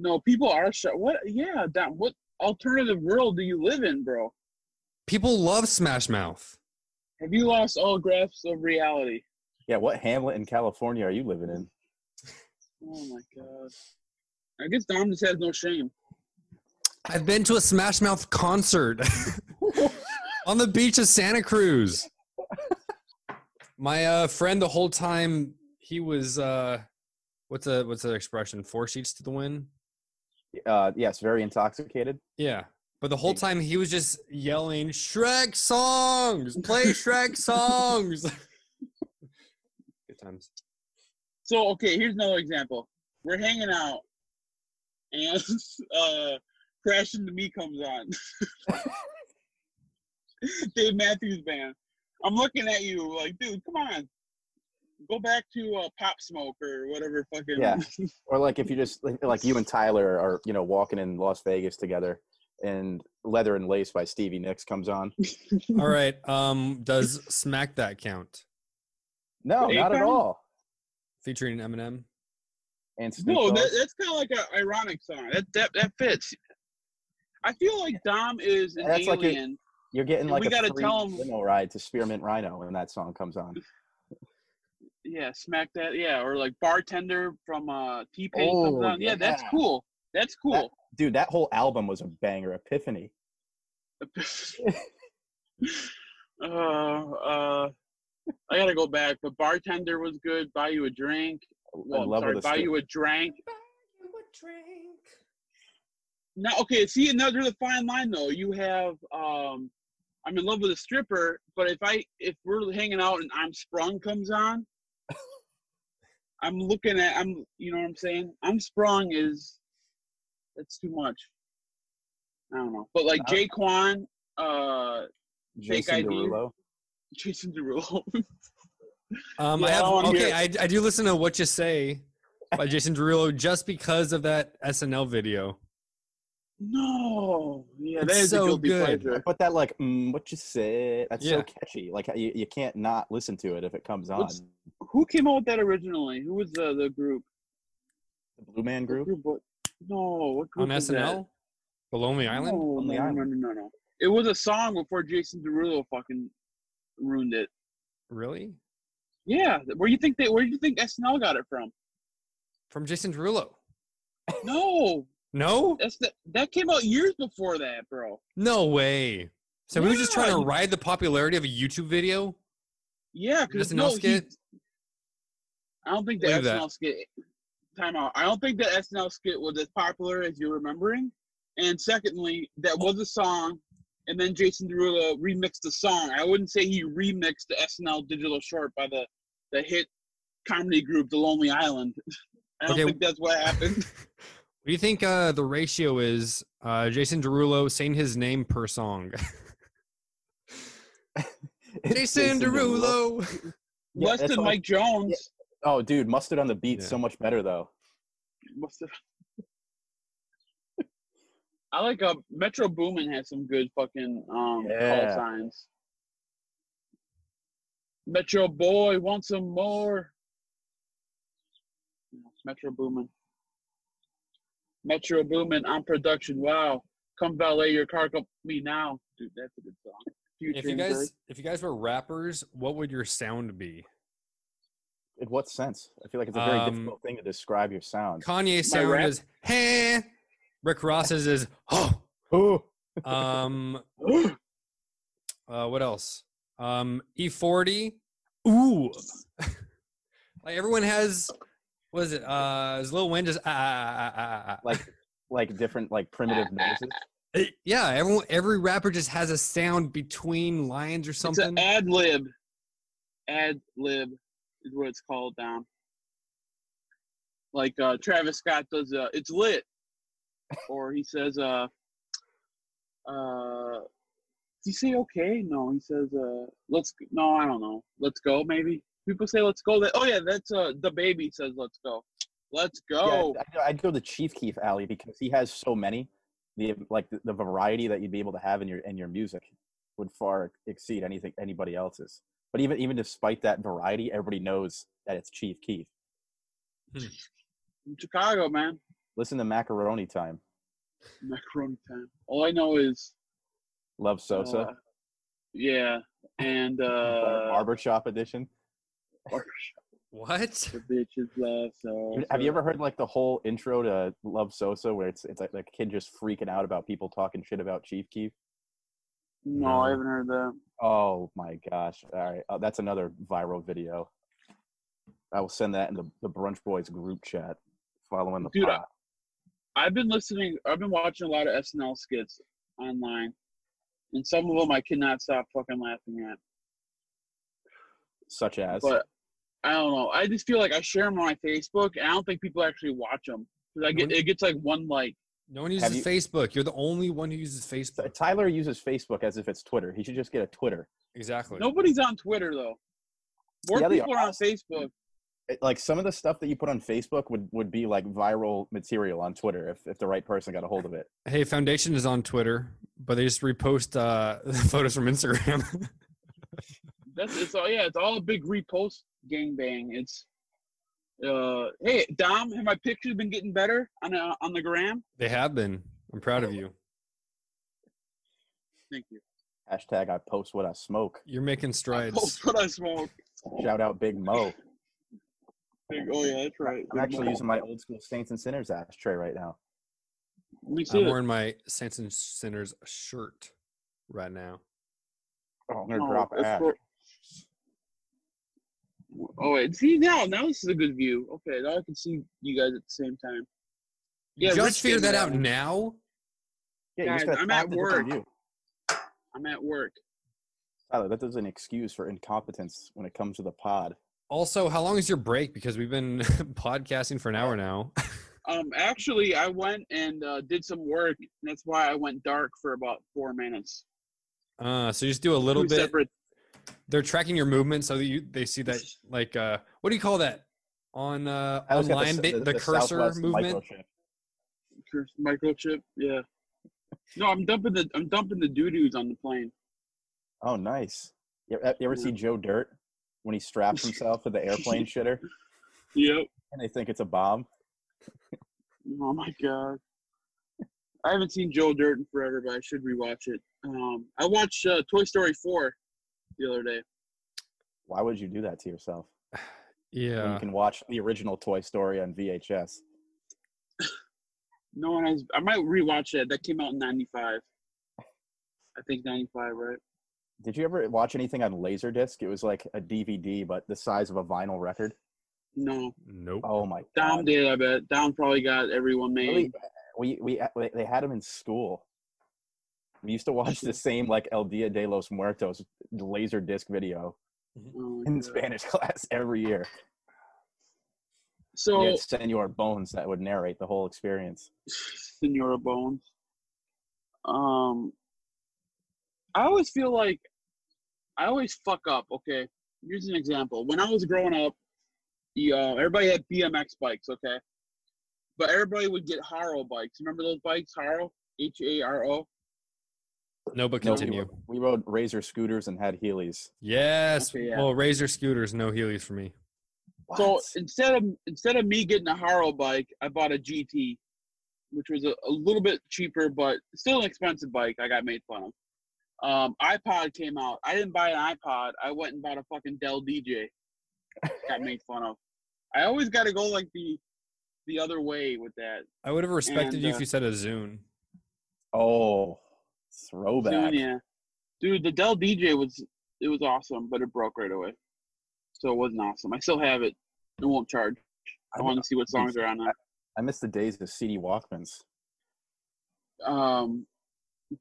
Speaker 3: no, people are sh- what? Yeah, that what alternative world do you live in, bro?
Speaker 2: People love Smash Mouth.
Speaker 3: Have you lost all grasps of reality?
Speaker 4: yeah. What hamlet in California are you living in?
Speaker 3: Oh my god. I guess Dom just has no shame.
Speaker 2: I've been to a Smash Mouth concert on the beach of Santa Cruz. My uh, friend, the whole time he was, uh, what's a what's that expression? Four sheets to the wind.
Speaker 4: Uh, yes, very intoxicated.
Speaker 2: Yeah, but the whole time he was just yelling Shrek songs. Play Shrek songs. Good times.
Speaker 3: So okay, here's another example. We're hanging out, and uh, Crash into Me comes on. Dave Matthews Band. I'm looking at you like, dude, come on, go back to uh, Pop Smoke or whatever fucking.
Speaker 4: Yeah. Or like if you just like, like you and Tyler are you know walking in Las Vegas together, and Leather and Lace by Stevie Nicks comes on.
Speaker 2: All right. Um, does Smack That count?
Speaker 4: No,
Speaker 3: With
Speaker 4: not at
Speaker 3: Akon?
Speaker 4: all.
Speaker 2: Featuring Eminem.
Speaker 4: And Snoop
Speaker 3: no,
Speaker 4: Dogg.
Speaker 3: that, that's kind of like an ironic song. That that that fits. I feel like Dom is an
Speaker 4: That's like a-
Speaker 3: alien.
Speaker 4: you're getting
Speaker 3: we
Speaker 4: like a
Speaker 3: gotta
Speaker 4: free
Speaker 3: tell 'em-
Speaker 4: limo ride to Spearmint Rhino when that song comes on.
Speaker 3: Yeah, smack that. Yeah, or like bartender from uh T Pain comes
Speaker 4: Oh,
Speaker 3: on. Yeah, that's
Speaker 4: yeah.
Speaker 3: cool. That's cool.
Speaker 4: Dude, that whole album was a banger. Epiphany.
Speaker 3: uh, uh, I gotta go back. But bartender was good. Buy you a drink. Well,
Speaker 4: I
Speaker 3: Oh, I'm
Speaker 4: love
Speaker 3: sorry,
Speaker 4: with
Speaker 3: buy
Speaker 4: a
Speaker 3: you
Speaker 4: stick.
Speaker 3: a drink. No, okay. See, another fine line though. You have um, I'm in love with a stripper. But if I if we're hanging out and I'm sprung comes on, I'm looking at I'm you know what I'm saying. I'm sprung is that's too much. I don't know. But like
Speaker 4: Uh,
Speaker 3: Jay Quan, uh, Fake
Speaker 4: Jason
Speaker 3: ID.
Speaker 4: Derulo.
Speaker 3: Jason Derulo.
Speaker 2: Um, I
Speaker 3: Yeah,
Speaker 2: have
Speaker 3: I wanna
Speaker 2: okay.
Speaker 3: hear
Speaker 2: I, I do listen to What You Say by Jason Derulo just because of that SNL video.
Speaker 3: No. Yeah, that
Speaker 2: It's
Speaker 3: is
Speaker 2: so
Speaker 3: a guilty
Speaker 2: good.
Speaker 3: pleasure.
Speaker 4: But that like, mm, what you say? That's
Speaker 2: Yeah.
Speaker 4: so catchy. Like you, you can't not listen to it if it comes on.
Speaker 3: What's- Who came out with that originally? Who was the, the group?
Speaker 4: the Blue Man
Speaker 3: What
Speaker 4: Group.
Speaker 3: group was- no, what group
Speaker 2: on
Speaker 3: was
Speaker 2: SNL? The Lonely
Speaker 3: That?
Speaker 2: Island?
Speaker 3: No,
Speaker 4: On the
Speaker 3: no, no,
Speaker 4: island.
Speaker 3: no, no, no. It was a song before Jason Derulo fucking ruined it.
Speaker 2: Really?
Speaker 3: Yeah, where you think they? Where do you think SNL got it from?
Speaker 2: From Jason Derulo?
Speaker 3: No,
Speaker 2: No?
Speaker 3: that's the, that came out years before that, bro.
Speaker 2: No way. So we were just trying to
Speaker 3: Yeah.
Speaker 2: ride the popularity of a YouTube video?
Speaker 3: Yeah, because
Speaker 2: SNL
Speaker 3: no, he-
Speaker 2: skit?
Speaker 3: I don't think the
Speaker 2: Believe
Speaker 3: SNL
Speaker 2: that.
Speaker 3: skit. Time out. I don't think the SNL skit was as popular as you're remembering. And secondly, that was a song, and then Jason Derulo remixed the song. I wouldn't say he remixed the SNL digital short by the the hit comedy group The Lonely Island. I don't
Speaker 2: Okay.
Speaker 3: think that's what happened.
Speaker 2: What do you think uh, the ratio is uh, Jason Derulo saying his name per song?
Speaker 4: It's
Speaker 2: Jason Derulo!
Speaker 4: Yeah,
Speaker 3: Less
Speaker 4: that's
Speaker 3: than
Speaker 4: all-
Speaker 3: Mike Jones.
Speaker 4: Oh, dude, mustard on the beat
Speaker 2: Yeah.
Speaker 4: so much better though.
Speaker 3: Must have. I like uh, Metro Boomin has some good fucking um,
Speaker 4: Yeah.
Speaker 3: call signs. Metro Boy, want some more? Yeah, Metro Boomin. Metro Boomin on production. Wow, come valet your car, come me now, dude. That's a good song. Future
Speaker 2: If you
Speaker 3: and Drake.
Speaker 2: guys, if you guys were rappers, what would your sound be?
Speaker 4: In what sense? I feel like it's a very
Speaker 2: Um,
Speaker 4: difficult thing to describe your sound.
Speaker 2: Kanye sound
Speaker 3: rap?
Speaker 2: is hey. Rick Ross's is oh.
Speaker 4: Ooh.
Speaker 2: Um, uh, what else? Um, E40. Ooh. like everyone has, what is it? Uh, is Lil Wayne just ah, ah, ah, ah, ah, ah.
Speaker 4: Like like different like primitive noises.
Speaker 2: Eh, yeah, everyone, every rapper just has a sound between lines or
Speaker 3: It's an
Speaker 2: something.
Speaker 3: ad lib. Ad lib is what it's called down. Like uh, Travis Scott does, uh, it's lit, or he says, uh, uh, does he say okay? No, he says, uh, let's. g- No, I don't know. Let's go, maybe. People say let's go. That oh yeah, that's uh, the baby says let's go. Let's go.
Speaker 4: Yeah, I'd, I'd go the Chief Keef alley because he has so many. The like the, the variety that you'd be able to have in your in your music would far exceed anything anybody else's. But even even despite that variety, everybody knows that it's Chief Keef.
Speaker 3: From Chicago, man.
Speaker 4: Listen to Macaroni Time.
Speaker 3: Macaroni time. All I know is
Speaker 4: Love Sosa.
Speaker 3: uh, yeah, and
Speaker 4: Bar-
Speaker 3: uh,
Speaker 4: barbershop edition.
Speaker 2: What?
Speaker 3: The bitches love so.
Speaker 4: Have you ever heard like the whole intro to Love Sosa where it's it's like the kid just freaking out about people talking shit about Chief Keef?
Speaker 3: No, I haven't heard that.
Speaker 4: Oh my gosh! All right, uh, that's another viral video. I will send that in the, the brunch boys group chat. Following the
Speaker 3: Dude,
Speaker 4: pod.
Speaker 3: I've been listening. I've been watching a lot of SNL skits online, and some of them I cannot stop fucking laughing at.
Speaker 4: such as
Speaker 3: But I don't know. I just feel like I share them on my Facebook, and I don't think people actually watch them because I get it gets like one like.
Speaker 2: No one
Speaker 4: Have
Speaker 2: uses
Speaker 4: you-
Speaker 2: Facebook. You're the only one who uses
Speaker 4: T-
Speaker 2: Facebook.
Speaker 4: Tyler uses Facebook as if it's Twitter. He should just get a Twitter.
Speaker 2: Exactly.
Speaker 3: Nobody's on Twitter though. More
Speaker 4: Yeah, they
Speaker 3: people are on Facebook.
Speaker 4: It- like some of the stuff that you put on Facebook would would be like viral material on Twitter if if the right person got a hold of it.
Speaker 2: Hey, Foundation is on Twitter, but they just repost uh, photos from Instagram.
Speaker 3: That's it's all yeah, it's all a big repost gangbang. It's uh hey Dom, have my pictures been getting better on uh, on the gram?
Speaker 2: they have been. I'm proud of you.
Speaker 3: Thank you.
Speaker 4: Hashtag I post what I smoke.
Speaker 2: You're making
Speaker 3: Oh,
Speaker 2: strides.
Speaker 3: but I smoke.
Speaker 4: Shout out Big Mo.
Speaker 3: Big- Oh yeah, that's right.
Speaker 4: I'm actually using my old school Saints and Sinners ashtray right now.
Speaker 3: Let me see
Speaker 2: I'm
Speaker 3: it.
Speaker 2: wearing my Saints and Sinners shirt right now.
Speaker 4: Oh, I'm gonna
Speaker 3: Oh,
Speaker 4: drop
Speaker 3: that's
Speaker 4: ash.
Speaker 3: where- Oh wait, see now now this is a good view. Okay, now I can see you guys at the same time. Yeah,
Speaker 2: just
Speaker 3: Rich
Speaker 2: figured
Speaker 3: gave
Speaker 2: that
Speaker 3: me
Speaker 2: out
Speaker 3: one.
Speaker 2: now.
Speaker 4: Yeah, you just
Speaker 3: Guys,
Speaker 4: gotta
Speaker 3: I'm
Speaker 4: tap
Speaker 3: at
Speaker 4: the different
Speaker 3: work.
Speaker 4: view.
Speaker 3: I'm at work.
Speaker 4: Tyler, that is an excuse for incompetence when it comes to the pod.
Speaker 2: Also, how long is your break? Because we've been podcasting for an hour now.
Speaker 3: Um, actually, I went and uh, did some work. And that's why I went dark for about four minutes.
Speaker 2: Uh, so you just do a little
Speaker 3: Two
Speaker 2: bit.
Speaker 3: separate
Speaker 2: They're tracking your movement so that you they see that like uh, what do you call that on uh,
Speaker 4: I always got
Speaker 2: online
Speaker 4: s-
Speaker 2: the, the, cursor
Speaker 4: Southwest
Speaker 2: movement?
Speaker 4: microchip.
Speaker 3: Curse- microchip. Yeah. No, I'm dumping the I'm dumping the doo doos on the plane.
Speaker 4: Oh, nice. You ever, you ever see Joe Dirt when he straps himself to the airplane shitter
Speaker 3: Yep.
Speaker 4: and they think it's a bomb?
Speaker 3: Oh my god. I haven't seen Joe Dirt in forever, but I should rewatch it. Um, I watched uh, Toy Story four the other day.
Speaker 4: Why would you do that to yourself? When you
Speaker 2: Yeah,
Speaker 4: can watch the original Toy Story on VHS.
Speaker 3: No one has. I might rewatch that. That came out in '95. I think '95, right?
Speaker 4: Did you ever watch anything on Laserdisc? It was like a DVD, but the size of a vinyl record.
Speaker 3: No,
Speaker 2: nope.
Speaker 4: Oh my
Speaker 3: Dom
Speaker 4: god!
Speaker 3: did. I bet Dom probably got everyone made.
Speaker 4: Really? uh, We we we- they had them in school. We used to watch the same like El Dia de los Muertos Laserdisc video
Speaker 3: Oh, my
Speaker 4: in
Speaker 3: God.
Speaker 4: Spanish class every year.
Speaker 3: So,
Speaker 4: We had Senor Bones that would narrate the whole experience.
Speaker 3: Senora Bones. Um, I always feel like I always fuck up. Okay, here's an example. When I was growing up, you, uh, everybody had BMX bikes, okay? But everybody would get Haro bikes. Remember those bikes, Haro? H A R O.
Speaker 2: No, but
Speaker 4: No, we
Speaker 2: continue.
Speaker 4: rode- we rode Razor scooters and had Heelys.
Speaker 2: Yes.
Speaker 3: Okay, yeah.
Speaker 2: Well, Razor scooters, no Heelys for me.
Speaker 3: So
Speaker 4: What?
Speaker 3: instead of instead of me getting a Haro bike, I bought a GT, which was a, a little bit cheaper, but still an expensive bike. I got made fun of. Um, iPod came out. I didn't buy an iPod. I went and bought a fucking Dell DJ. Got made fun of. I always got to go like the the other way with that.
Speaker 2: I would have respected
Speaker 3: And,
Speaker 2: you
Speaker 3: uh,
Speaker 2: if you said a Zune.
Speaker 4: oh, throwback.
Speaker 3: Soon, yeah. Dude, the Dell DJ was it was awesome, but it broke right away. So it wasn't awesome. I still have it. It won't charge. I
Speaker 4: I,
Speaker 3: want to see what songs are on that.
Speaker 4: I miss the days of CD Walkmans.
Speaker 3: Um,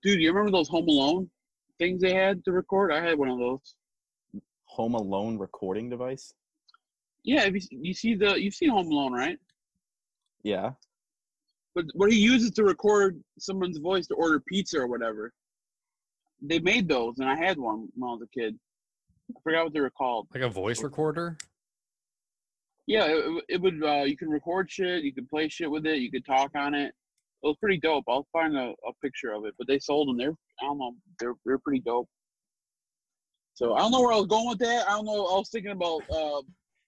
Speaker 3: dude, you remember those Home Alone things they had to record? I had one of those.
Speaker 4: Home Alone recording device.
Speaker 3: Yeah, have you, you see the you've seen Home Alone, right?
Speaker 4: Yeah.
Speaker 3: But what he uses to record someone's voice to order pizza or whatever. They made those, and I had one when I was a kid. I forgot what they were called.
Speaker 2: Like a voice recorder?
Speaker 3: Yeah, it, it would. Uh, you can record shit. You could play shit with it. You could talk on it. It was pretty dope. I'll find a, a picture of it. But they sold them. They're I don't know. They're they're pretty dope. So I don't know where I was going with that. I don't know. I was thinking about uh,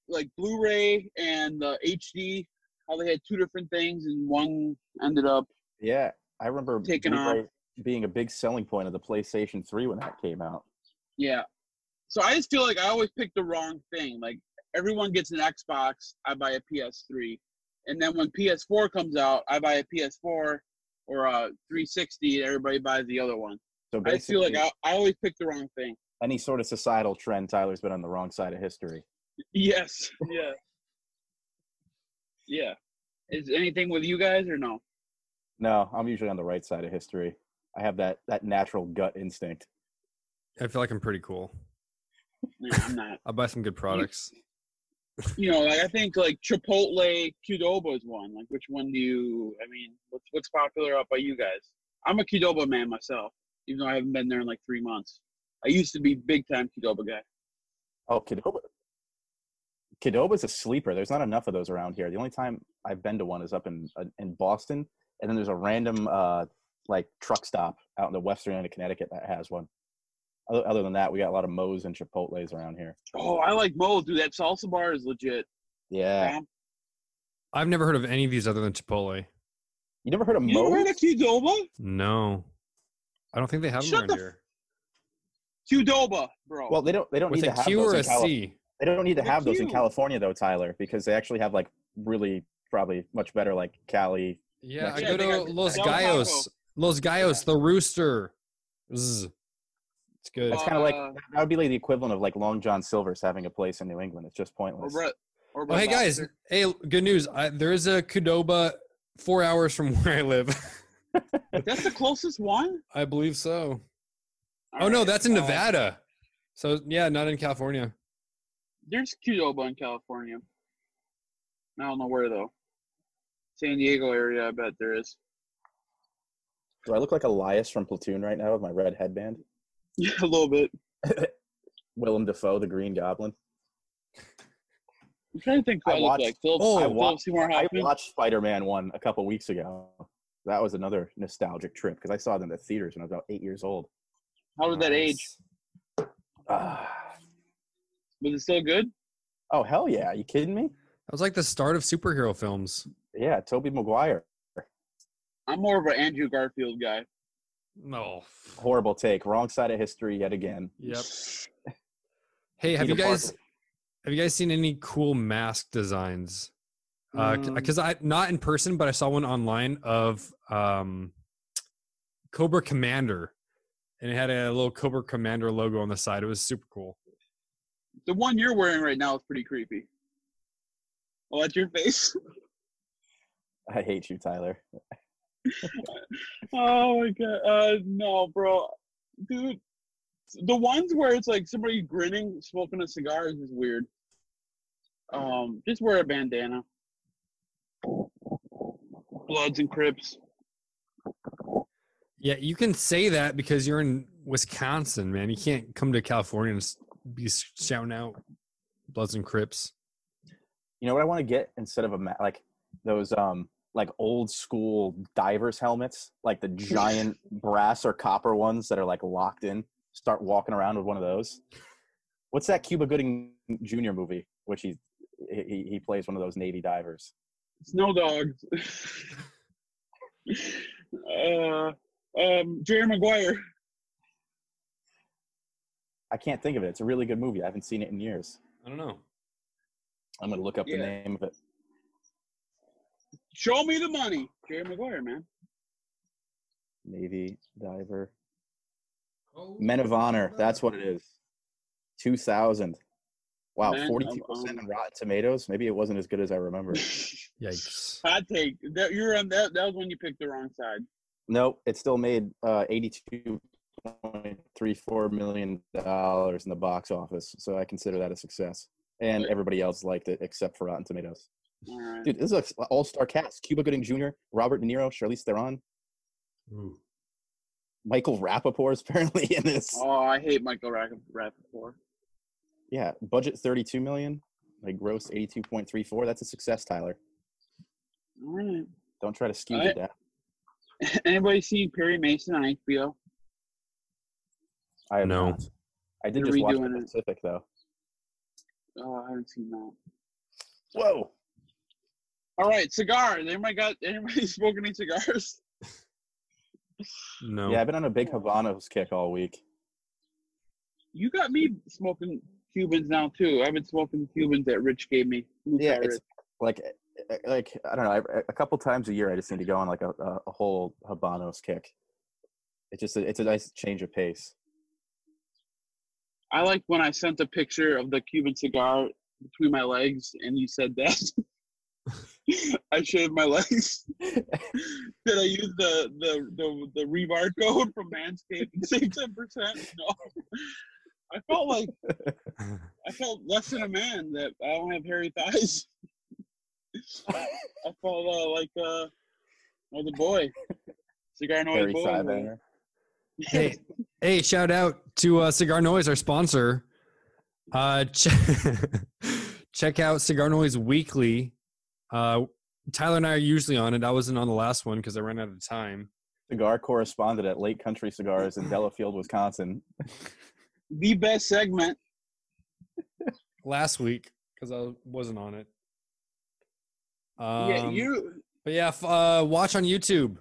Speaker 3: like Blu-ray and uh, HD. How they had two different things and one ended up.
Speaker 4: Yeah. I remember
Speaker 3: Taking
Speaker 4: Blu-ray being a big selling point of the PlayStation 3 when that came out.
Speaker 3: Yeah. So I just feel like I always pick the wrong thing. Like everyone gets an Xbox, I buy a PS3, and then when PS4 comes out, I buy a PS4 or a 360, and everybody buys the other one.
Speaker 4: So
Speaker 3: I just feel
Speaker 4: basically,
Speaker 3: like I, I always pick the wrong thing.
Speaker 4: any sort of societal trend, Tyler's been on the wrong side of history.
Speaker 3: Yes. Yeah. yeah. Is anything with you guys or no?
Speaker 4: No, I'm usually on the right side of history. I have that that natural gut instinct.
Speaker 2: I feel like I'm pretty cool.
Speaker 3: Nah, I'm not.
Speaker 2: I buy some good products.
Speaker 3: you know, like I think like Chipotle Qdoba is one. Like, which one do you? I mean, what's what's popular out by you guys? I'm a Qdoba man myself, even though I haven't been there in like three months. I used to be big time Qdoba guy.
Speaker 4: Oh, Kidoba. Kidoba's a sleeper. There's not enough of those around here. The only time I've been to one is up in uh, in Boston, and then there's a random uh, like truck stop out in the western end of Connecticut that has one. Other, other than that, we got a lot of Moe's and Chipotle's around here.
Speaker 3: Oh, I like Moe's, dude. That salsa bar is legit.
Speaker 4: Yeah,
Speaker 3: Tom.
Speaker 2: I've never heard of any of these other than Chipotle.
Speaker 4: you never heard of
Speaker 3: You never heard
Speaker 4: Moe's?
Speaker 3: of Qdoba?
Speaker 2: No. I don't think they have them
Speaker 3: Shut
Speaker 2: around
Speaker 3: the
Speaker 2: here.
Speaker 3: Qdoba, bro.
Speaker 4: Well, they don't. They don't
Speaker 2: With
Speaker 4: need to
Speaker 2: a
Speaker 4: have
Speaker 2: Q
Speaker 4: those
Speaker 2: or
Speaker 4: in
Speaker 2: a
Speaker 4: Cali-
Speaker 2: C?
Speaker 4: They don't need to
Speaker 3: With a
Speaker 4: have those in
Speaker 3: Q.
Speaker 4: California though, Tyler, because they actually have like really probably much better like Cali.
Speaker 2: Yeah, I
Speaker 4: Yeah,
Speaker 2: go
Speaker 3: I think
Speaker 2: to
Speaker 3: I-
Speaker 2: Los
Speaker 3: Del Taco.
Speaker 2: Gallos. Los Gallos, the rooster. Zzz. It's good.
Speaker 4: That's kind of like
Speaker 3: Uh,
Speaker 4: that would be like the equivalent of like Long John Silver's having a place in New England. It's just
Speaker 3: or
Speaker 4: pointless.
Speaker 3: Brett. Or
Speaker 2: Oh,
Speaker 3: Red
Speaker 2: hey guys.
Speaker 3: Lobster.
Speaker 2: Hey, good news. I, there is a Kudoba four hours from where I live.
Speaker 3: That's the closest one.
Speaker 2: I believe so.
Speaker 3: All
Speaker 2: Oh no,
Speaker 3: right.
Speaker 2: that's in
Speaker 3: Uh,
Speaker 2: Nevada. So yeah, not in California.
Speaker 3: there's Qdoba in California. I don't know where though. San Diego area, I bet there is.
Speaker 4: Do I look like Elias from Platoon right now with my red headband?
Speaker 3: Yeah, a little bit.
Speaker 4: Willem Dafoe, the Green Goblin.
Speaker 3: I'm trying to think who
Speaker 4: I
Speaker 3: I, look
Speaker 4: watched-
Speaker 3: like. Philip,
Speaker 2: Oh, I
Speaker 3: Philip
Speaker 4: watched-
Speaker 3: Seymour
Speaker 4: I
Speaker 3: Hoffman.
Speaker 4: watched Spider Man one a couple weeks ago. That was another nostalgic trip because I saw them at theaters when I was about eight years old.
Speaker 3: How did that age?
Speaker 4: Ah.
Speaker 3: Was it still good?
Speaker 4: oh hell yeah! you kidding me?
Speaker 2: That was like the start of superhero films.
Speaker 4: Yeah, Toby Maguire.
Speaker 3: I'm more of an Andrew Garfield guy.
Speaker 2: No.
Speaker 4: Horrible take. Wrong side of history yet again.
Speaker 2: Yep. Hey, have you
Speaker 4: Peter
Speaker 2: guys
Speaker 4: Parker.
Speaker 2: have you guys seen any cool mask designs? Because I not in person, but I saw one online of um, Cobra Commander, and it had a little Cobra Commander logo on the side. It was super cool.
Speaker 3: The one you're wearing right now is pretty creepy. Oh, that's your face.
Speaker 4: I hate you, Tyler.
Speaker 3: oh my god. Uh, no, bro, dude. The ones where it's like somebody grinning, smoking a cigar is just weird. Um, just wear a bandana. Bloods and Crips.
Speaker 2: Yeah, you can say that because you're in Wisconsin, man. You can't come to California and s- be shouting out Bloods and Crips.
Speaker 4: You know what I want to get instead of a ma- like those um like old school divers helmets, like the giant brass or copper ones that are like locked in. Start walking around with one of those. What's that Cuba Gooding Jr. movie, which he he, he plays one of those Navy divers?
Speaker 3: Snow dogs. uh, um, Jerry Maguire.
Speaker 4: I can't think of it. It's a really good movie. I haven't seen it in years.
Speaker 2: I don't know.
Speaker 4: I'm gonna look up the
Speaker 3: Yeah.
Speaker 4: name of it.
Speaker 3: Show me the money, Jerry Maguire, man.
Speaker 4: Navy diver. Men of Honor. That's what it is. 2000. Wow,
Speaker 3: Men of
Speaker 4: 42% in Rotten Tomatoes. Maybe it wasn't as good as I remember.
Speaker 1: Yikes.
Speaker 3: Hot take. That you're on that. That was when you picked the wrong side.
Speaker 4: nope, it still made uh, $82.34 million dollars in the box office. So I consider that a success. And everybody else liked it except for Rotten Tomatoes.
Speaker 3: All right.
Speaker 4: Dude, this is an all star cast Cuba Gooding Jr., Robert De Niro, Charlize Theron,
Speaker 1: Ooh.
Speaker 4: Michael Rappaport is apparently in this.
Speaker 3: Oh, I hate Michael Rapp- Rappaport.
Speaker 4: Yeah, budget 32 million, like gross 82.34. That's a success, Tyler.
Speaker 3: All right.
Speaker 4: Don't try to skew
Speaker 3: Alright.
Speaker 4: that.
Speaker 3: Anybody seen Perry Mason on HBO?
Speaker 4: I have
Speaker 1: No.
Speaker 4: not. I did
Speaker 3: They're
Speaker 4: just watch
Speaker 3: redoing
Speaker 4: the
Speaker 3: it.
Speaker 4: Pacific though.
Speaker 3: Oh, I haven't seen that.
Speaker 4: Whoa.
Speaker 3: All right, cigars. Anybody got anybody smoking any cigars?
Speaker 2: No.
Speaker 4: Yeah, I've been on a
Speaker 3: Oh.
Speaker 4: big Havanos kick all week.
Speaker 3: You got me smoking Cubans now too. I've been smoking Cubans that Rich gave me. Luke
Speaker 4: Yeah,
Speaker 3: got
Speaker 4: it's
Speaker 3: Rich.
Speaker 4: like eh, like I don't know. I- A couple times a year, I just need to go on like a, a- a whole Habanos kick. It's just a, it's a nice change of pace.
Speaker 3: I like when I sent a picture of the Cuban cigar between my legs, and you said that. I shaved my legs. Did I use the the the, the rebar code from Manscaped and save ten percent? No. I felt like I felt less than a man that I don't have hairy thighs. I felt uh, like uh, was a boy. Cigar noise
Speaker 4: Very
Speaker 3: boy. man.
Speaker 4: side banger.
Speaker 2: hey, hey, shout out to uh, Cigar Noise, our sponsor. Uh, che- check out Cigar Noise Weekly. Uh, Tyler and I are usually on it. I wasn't on the last one because I ran out of time.
Speaker 4: Cigar correspondent at Lake Country Cigars in Delafield, Wisconsin.
Speaker 3: The best segment.
Speaker 2: Last week because I wasn't on it. Um,
Speaker 3: yeah, you.
Speaker 2: But yeah, f- uh, watch on YouTube.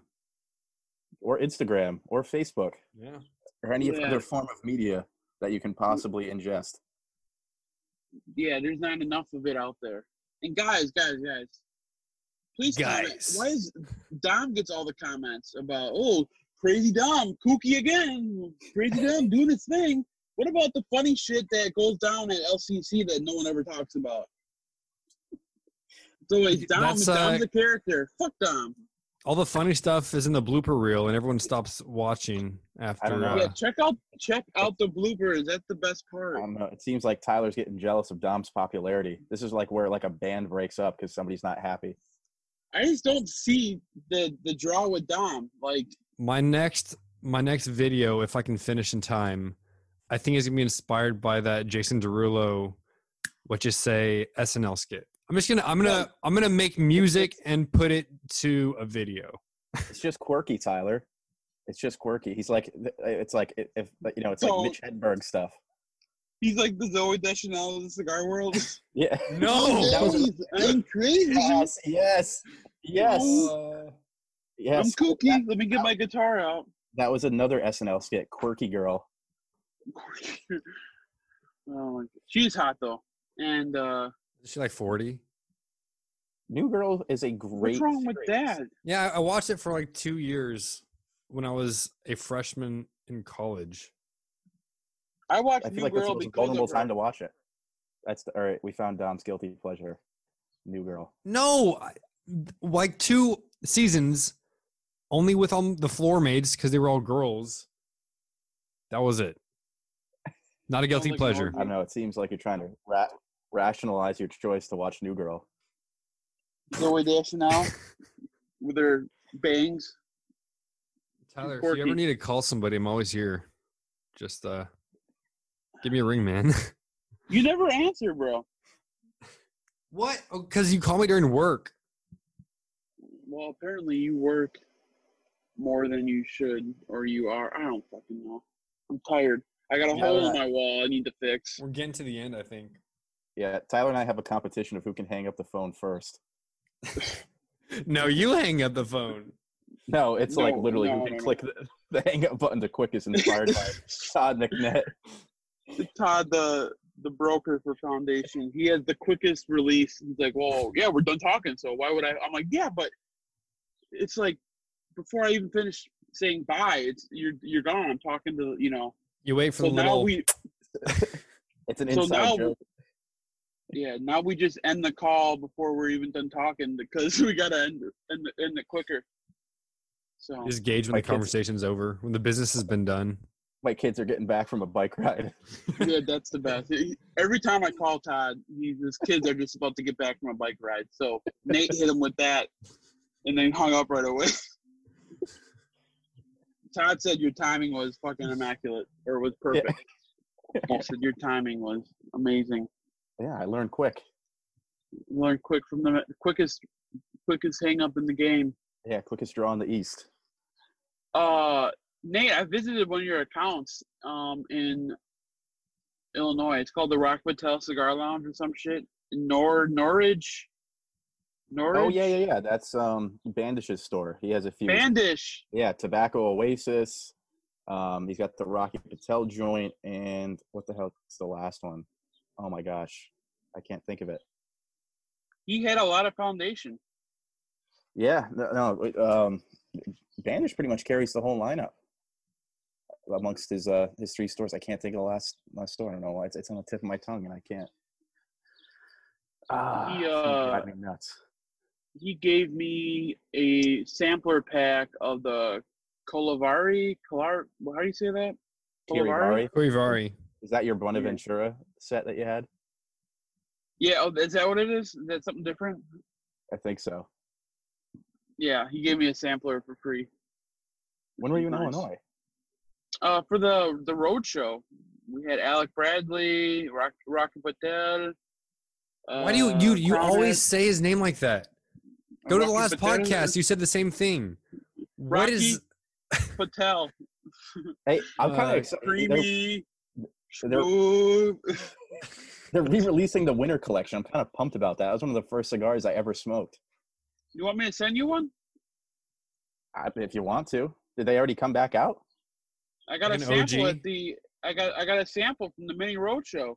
Speaker 4: Or Instagram or Facebook.
Speaker 2: Yeah.
Speaker 4: or any
Speaker 3: Yeah.
Speaker 4: other form of media that you can possibly ingest.
Speaker 3: Yeah, there's not enough of it out there. And guys, guys, guys, please comment.
Speaker 2: Guys.
Speaker 3: Why is Dom gets all the comments about oh crazy Dom kooky again, crazy Dom doing his thing. What about the funny shit that goes down at LCC that no one ever talks about? It's always Dom.
Speaker 2: That's,
Speaker 3: Dom's
Speaker 2: uh,
Speaker 3: a character. Fuck Dom.
Speaker 2: All the funny stuff is in the blooper reel, and everyone stops watching after.
Speaker 4: don't know.
Speaker 2: uh,
Speaker 3: Yeah, check out check out the bloopers. That's the best part.
Speaker 4: I don't know. It seems like Tyler's getting jealous of Dom's popularity. This is like where like a band breaks up because somebody's not happy.
Speaker 3: I just don't see the the draw with Dom. Like
Speaker 2: my next my next video, if I can finish in time, I think is gonna be inspired by that Jason Derulo, what you say SNL skit. I'm just gonna I'm gonna I'm gonna make music and put it to a video.
Speaker 4: It's just quirky, Tyler. It's just quirky. He's like, uh, it's like if- if you know, it's like
Speaker 3: Don't.
Speaker 4: Mitch Hedberg stuff.
Speaker 3: he's like the Zoe Deschanel of the cigar world.
Speaker 4: Yeah.
Speaker 2: No,
Speaker 4: That was-
Speaker 3: Jeez, I'm crazy.
Speaker 4: Yes. Yes. Yes.
Speaker 3: I'm
Speaker 4: Yes.
Speaker 3: kooky. Let me get my guitar out.
Speaker 4: That was another SNL skit. Quirky girl.
Speaker 3: oh my God. She's hot though. And uh
Speaker 2: is she like 40?
Speaker 4: New Girl is a great.
Speaker 3: what's wrong with
Speaker 4: series.
Speaker 3: that?
Speaker 2: Yeah, I- I watched it for like two years when I was a freshman in college.
Speaker 3: I watched
Speaker 4: I feel
Speaker 3: New
Speaker 4: like this
Speaker 3: Girl
Speaker 4: was a
Speaker 3: because
Speaker 4: vulnerable
Speaker 3: of her.
Speaker 4: time to watch it. That's the, all right. We found Dom's guilty pleasure. New Girl.
Speaker 2: No, I- like two seasons, only with all the floor maids because they were all girls. That was it. Not a guilty
Speaker 3: like an
Speaker 2: pleasure.
Speaker 4: I don't know. It seems like you're trying to ra- rationalize your choice to watch New Girl.
Speaker 3: Zoe Deschanel with her bangs.
Speaker 2: Tyler, if
Speaker 3: quirky.
Speaker 2: you ever need to call somebody, I'm always here. Just uh, give me a ring, man.
Speaker 3: You never answer, bro.
Speaker 2: What? Because you call me during work.
Speaker 3: Well, apparently you work more than you should, or you are. I don't fucking know. I'm tired. I got a
Speaker 4: Yeah,
Speaker 3: hole in
Speaker 4: that-
Speaker 3: my wall. I need to fix.
Speaker 2: We're getting to the end, I think.
Speaker 4: Yeah, Tyler and I have a competition of who can hang up the phone first.
Speaker 2: No, you hang up the phone.
Speaker 4: No, it's like
Speaker 3: No,
Speaker 4: literally
Speaker 3: no,
Speaker 4: who can
Speaker 3: no, no.
Speaker 4: click the, the hang up button the quickest, inspired by
Speaker 3: It's
Speaker 4: Todd McNett.
Speaker 3: Todd, the the broker for Foundation, he has the quickest release. He's like, "Well, yeah, we're done talking, so why would I?" I'm like, "Yeah, but it's like before I even finish saying bye, it's you're you're gone. I'm talking to you know."
Speaker 2: You wait for
Speaker 3: So
Speaker 2: the
Speaker 3: now
Speaker 2: little.
Speaker 3: we
Speaker 4: It's an
Speaker 3: So
Speaker 4: inside
Speaker 3: now-
Speaker 4: joke.
Speaker 3: Yeah, now we just end the call before we're even done talking because we gotta end end, end it quicker. So
Speaker 2: just gauge when
Speaker 4: My
Speaker 2: the
Speaker 4: kids-
Speaker 2: conversation's over, when the business has been done.
Speaker 4: My kids are getting back from a bike ride.
Speaker 3: yeah, that's the best. He- Every time I call Todd, he, his kids are just about to get back from a bike ride. So Nate hit him with that, and then hung up right away. Todd said your timing was fucking immaculate, or was perfect. He said your timing was amazing.
Speaker 4: Yeah, I learned quick.
Speaker 3: Learn quick from the quickest quickest hang up in the game.
Speaker 4: Yeah, quickest draw in the East.
Speaker 3: Uh, Nate, I visited one of your accounts um, in Illinois. It's called the Rock Patel Cigar Lounge or some shit. Nor Norwich. Norwich.
Speaker 4: Oh yeah, yeah, yeah. That's um Bandish's store. He has a few.
Speaker 3: Bandish.
Speaker 4: yeah, Tobacco Oasis. Um, he's got the Rocky Patel joint, and what the hell is the last one? Oh my gosh, I can't think of it.
Speaker 3: He had a lot of foundation.
Speaker 4: Yeah, no, no it, um, Bandish pretty much carries the whole lineup amongst his uh his three stores. I can't think of the last last store. I don't know why it's, it's on the tip of my tongue, and I can't. Ah,
Speaker 3: He,
Speaker 4: it's gonna drive
Speaker 3: uh,
Speaker 4: me nuts.
Speaker 3: He gave me a sampler pack of the Colavari. Colar. How do you say that? Colavari.
Speaker 4: Kirivari?
Speaker 2: Corey Vari.
Speaker 4: Is that your Bonaventura set that you had?
Speaker 3: Yeah. Oh, is that what it is? Is that something different?
Speaker 4: I think so.
Speaker 3: Yeah. He gave me a sampler for free.
Speaker 4: When were you in
Speaker 3: Nice.
Speaker 4: Illinois?
Speaker 3: Uh, for the the road show, we had Alec Bradley, Rock Rocky Patel. Uh,
Speaker 2: Why do you you you
Speaker 3: Conrad- uh,
Speaker 2: always say his name like that? Go to the
Speaker 3: Rocky
Speaker 2: last
Speaker 3: Patel-
Speaker 2: podcast. You said the same thing. What
Speaker 3: Rocky
Speaker 2: is?
Speaker 3: Patel?
Speaker 4: Hey, I'm kind
Speaker 2: Uh,
Speaker 4: of excited. They're,
Speaker 3: Creamy.
Speaker 4: they're-
Speaker 3: Ooh.
Speaker 4: they're re-releasing the winter collection. I'm kind of pumped about that. That was one of the first cigars I ever smoked.
Speaker 3: You want me to send you one?
Speaker 4: I, if you want to, did they already come back out?
Speaker 3: I got a
Speaker 2: An
Speaker 3: sample
Speaker 2: OG?
Speaker 3: at the. I got I got a sample from the mini road show.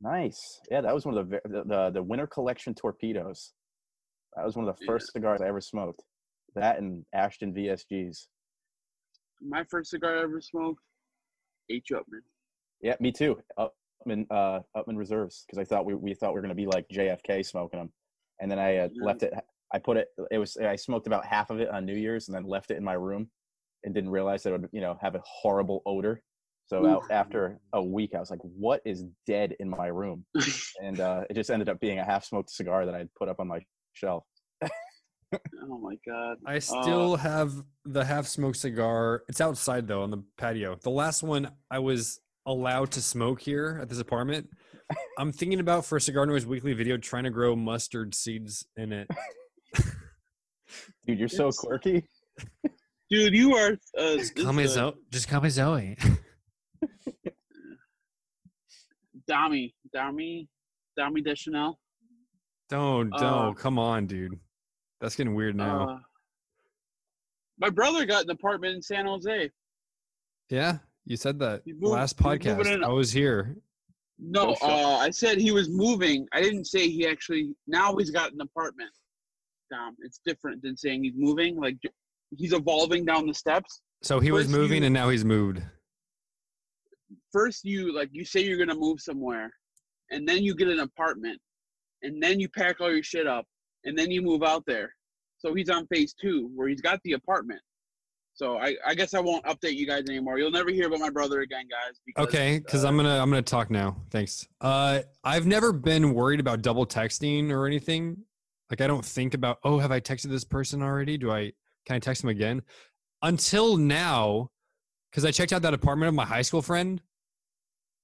Speaker 4: Nice. Yeah, that was one of the ve- the the, the winter collection torpedoes. That was one of the
Speaker 3: Yeah.
Speaker 4: first cigars I ever smoked. That and Ashton VSGs.
Speaker 3: My first cigar I ever smoked. H Upman.
Speaker 4: Yeah, me too. Up in uh, up in reserves because I thought we, we thought we were gonna be like JFK smoking them, and then I uh,
Speaker 3: Yeah.
Speaker 4: left it. I put it. It was I smoked about half of it on New Year's and then left it in my room, and didn't realize that it would you know have a horrible odor. So out,
Speaker 3: Oof.
Speaker 4: after a week, I was like, "What is dead in my room?" and uh, it just ended up being a half-smoked cigar that I'd put up on my shelf.
Speaker 3: Oh my god.
Speaker 2: I still have the half smoked cigar. It's outside though on the patio. The last one I was allowed to smoke here at this apartment. I'm thinking about for a Cigar Noise Weekly video trying to grow mustard seeds in it.
Speaker 4: Dude, you're so
Speaker 3: It's-
Speaker 4: quirky.
Speaker 3: Dude, you are. Uh,
Speaker 2: Just call me
Speaker 3: this, uh,
Speaker 2: Zoe. Just call me Zoe.
Speaker 3: Dami. Dami. Dami Deschanel.
Speaker 2: Don't,
Speaker 3: Uh,
Speaker 2: don't. come on, dude. That's getting weird now.
Speaker 3: Uh, my brother got an apartment in San Jose.
Speaker 2: yeah, you said that
Speaker 3: he's moving-
Speaker 2: last
Speaker 3: he's moving
Speaker 2: podcast.
Speaker 3: in.
Speaker 2: I was here.
Speaker 3: No,
Speaker 4: Oh, shit.
Speaker 3: uh, I said he was moving. I didn't say he actually. Now he's got an apartment. Dom, it's different than saying he's moving. Like j- he's evolving down the steps.
Speaker 2: So he was
Speaker 3: But
Speaker 2: moving,
Speaker 3: you-
Speaker 2: and now he's moved.
Speaker 3: First, you like you say you're gonna move somewhere, and then you get an apartment, and then you pack all your shit up, and then you move out there. So he's on phase two where he's got the apartment. So I, I guess I won't update you guys anymore. You'll never hear about my brother again, guys. Because
Speaker 2: Okay, because I'm gonna I'm gonna talk now. Thanks. Uh, I've never been worried about double texting or anything. Like I don't think about oh have I texted this person already? Do I can I text them again? Until now, because I checked out that apartment of my high school friend,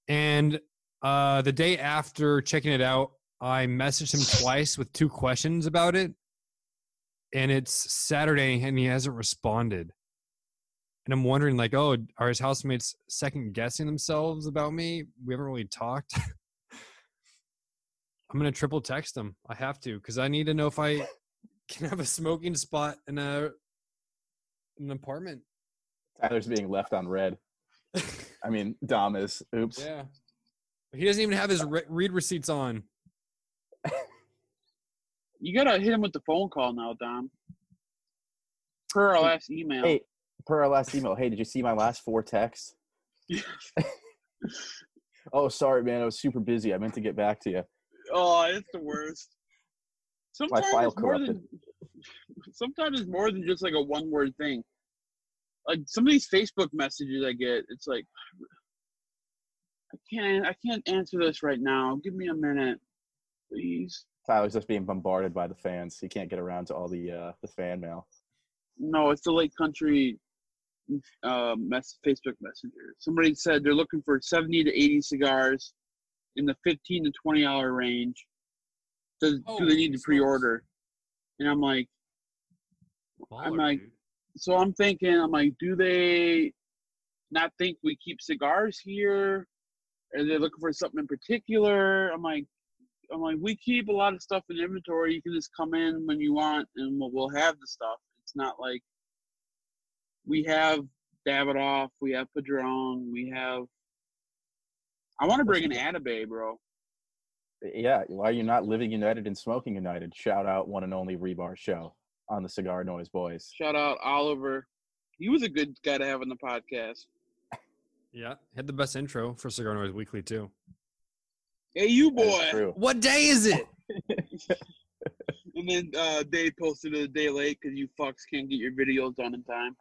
Speaker 2: and uh, the day after checking it out, I messaged him twice with two questions about it, and it's Saturday and he hasn't responded. And I'm wondering, like, oh, are his housemates second guessing themselves about me? We haven't really talked. I'm gonna triple text him. I have to because I need to know if I can have a smoking spot in a in an apartment.
Speaker 4: Tyler's being left on red. I mean, Dom is. Oops.
Speaker 2: Yeah. He doesn't even have his re- read receipts on.
Speaker 3: You gotta hit him with the phone call now, Dom. Per our last email.
Speaker 4: Hey, per our last email, hey, did you see my last four texts? Oh, sorry, man. I was super busy. I meant to get back to you.
Speaker 3: Oh, it's the worst. Sometimes
Speaker 4: file
Speaker 3: it's more than sometimes it's more than just like a one word thing. Like some of these Facebook messages I get, it's like I can't I can't answer this right now. Give me a minute, please.
Speaker 4: Tyler's just being bombarded by the fans. He can't get around to all the uh, the fan mail.
Speaker 3: No, it's the Lake Country uh, mess, Facebook Messenger. Somebody said they're looking for 70 to 80 cigars in the 15 to 20 dollar range. Does, do they
Speaker 2: Holy
Speaker 3: need to
Speaker 2: smokes.
Speaker 3: pre-order? And I'm like, I'm
Speaker 2: Baller,
Speaker 3: like-
Speaker 2: dude.
Speaker 3: so I'm thinking, I'm like, do they not think we keep cigars here? Are they looking for something in particular? I'm like, I'm like, we keep a lot of stuff in inventory. You can just come in when you want, and we'll, we'll have the stuff. It's not like we have Davidoff, we have Padron, we have. I want to bring an Atabay, bro.
Speaker 4: Yeah, why are you not living united and smoking united? Shout out one and only Rebar Show on the Cigar Noise Boys.
Speaker 3: Shout out Oliver. He was a good guy to have on the podcast.
Speaker 2: Yeah, had the best intro for Cigar Noise Weekly too.
Speaker 3: Hey, you
Speaker 4: That is
Speaker 3: boy.
Speaker 4: true.
Speaker 2: What day is it?
Speaker 3: And then uh, they posted it a day late because you fucks can't get your videos done in time.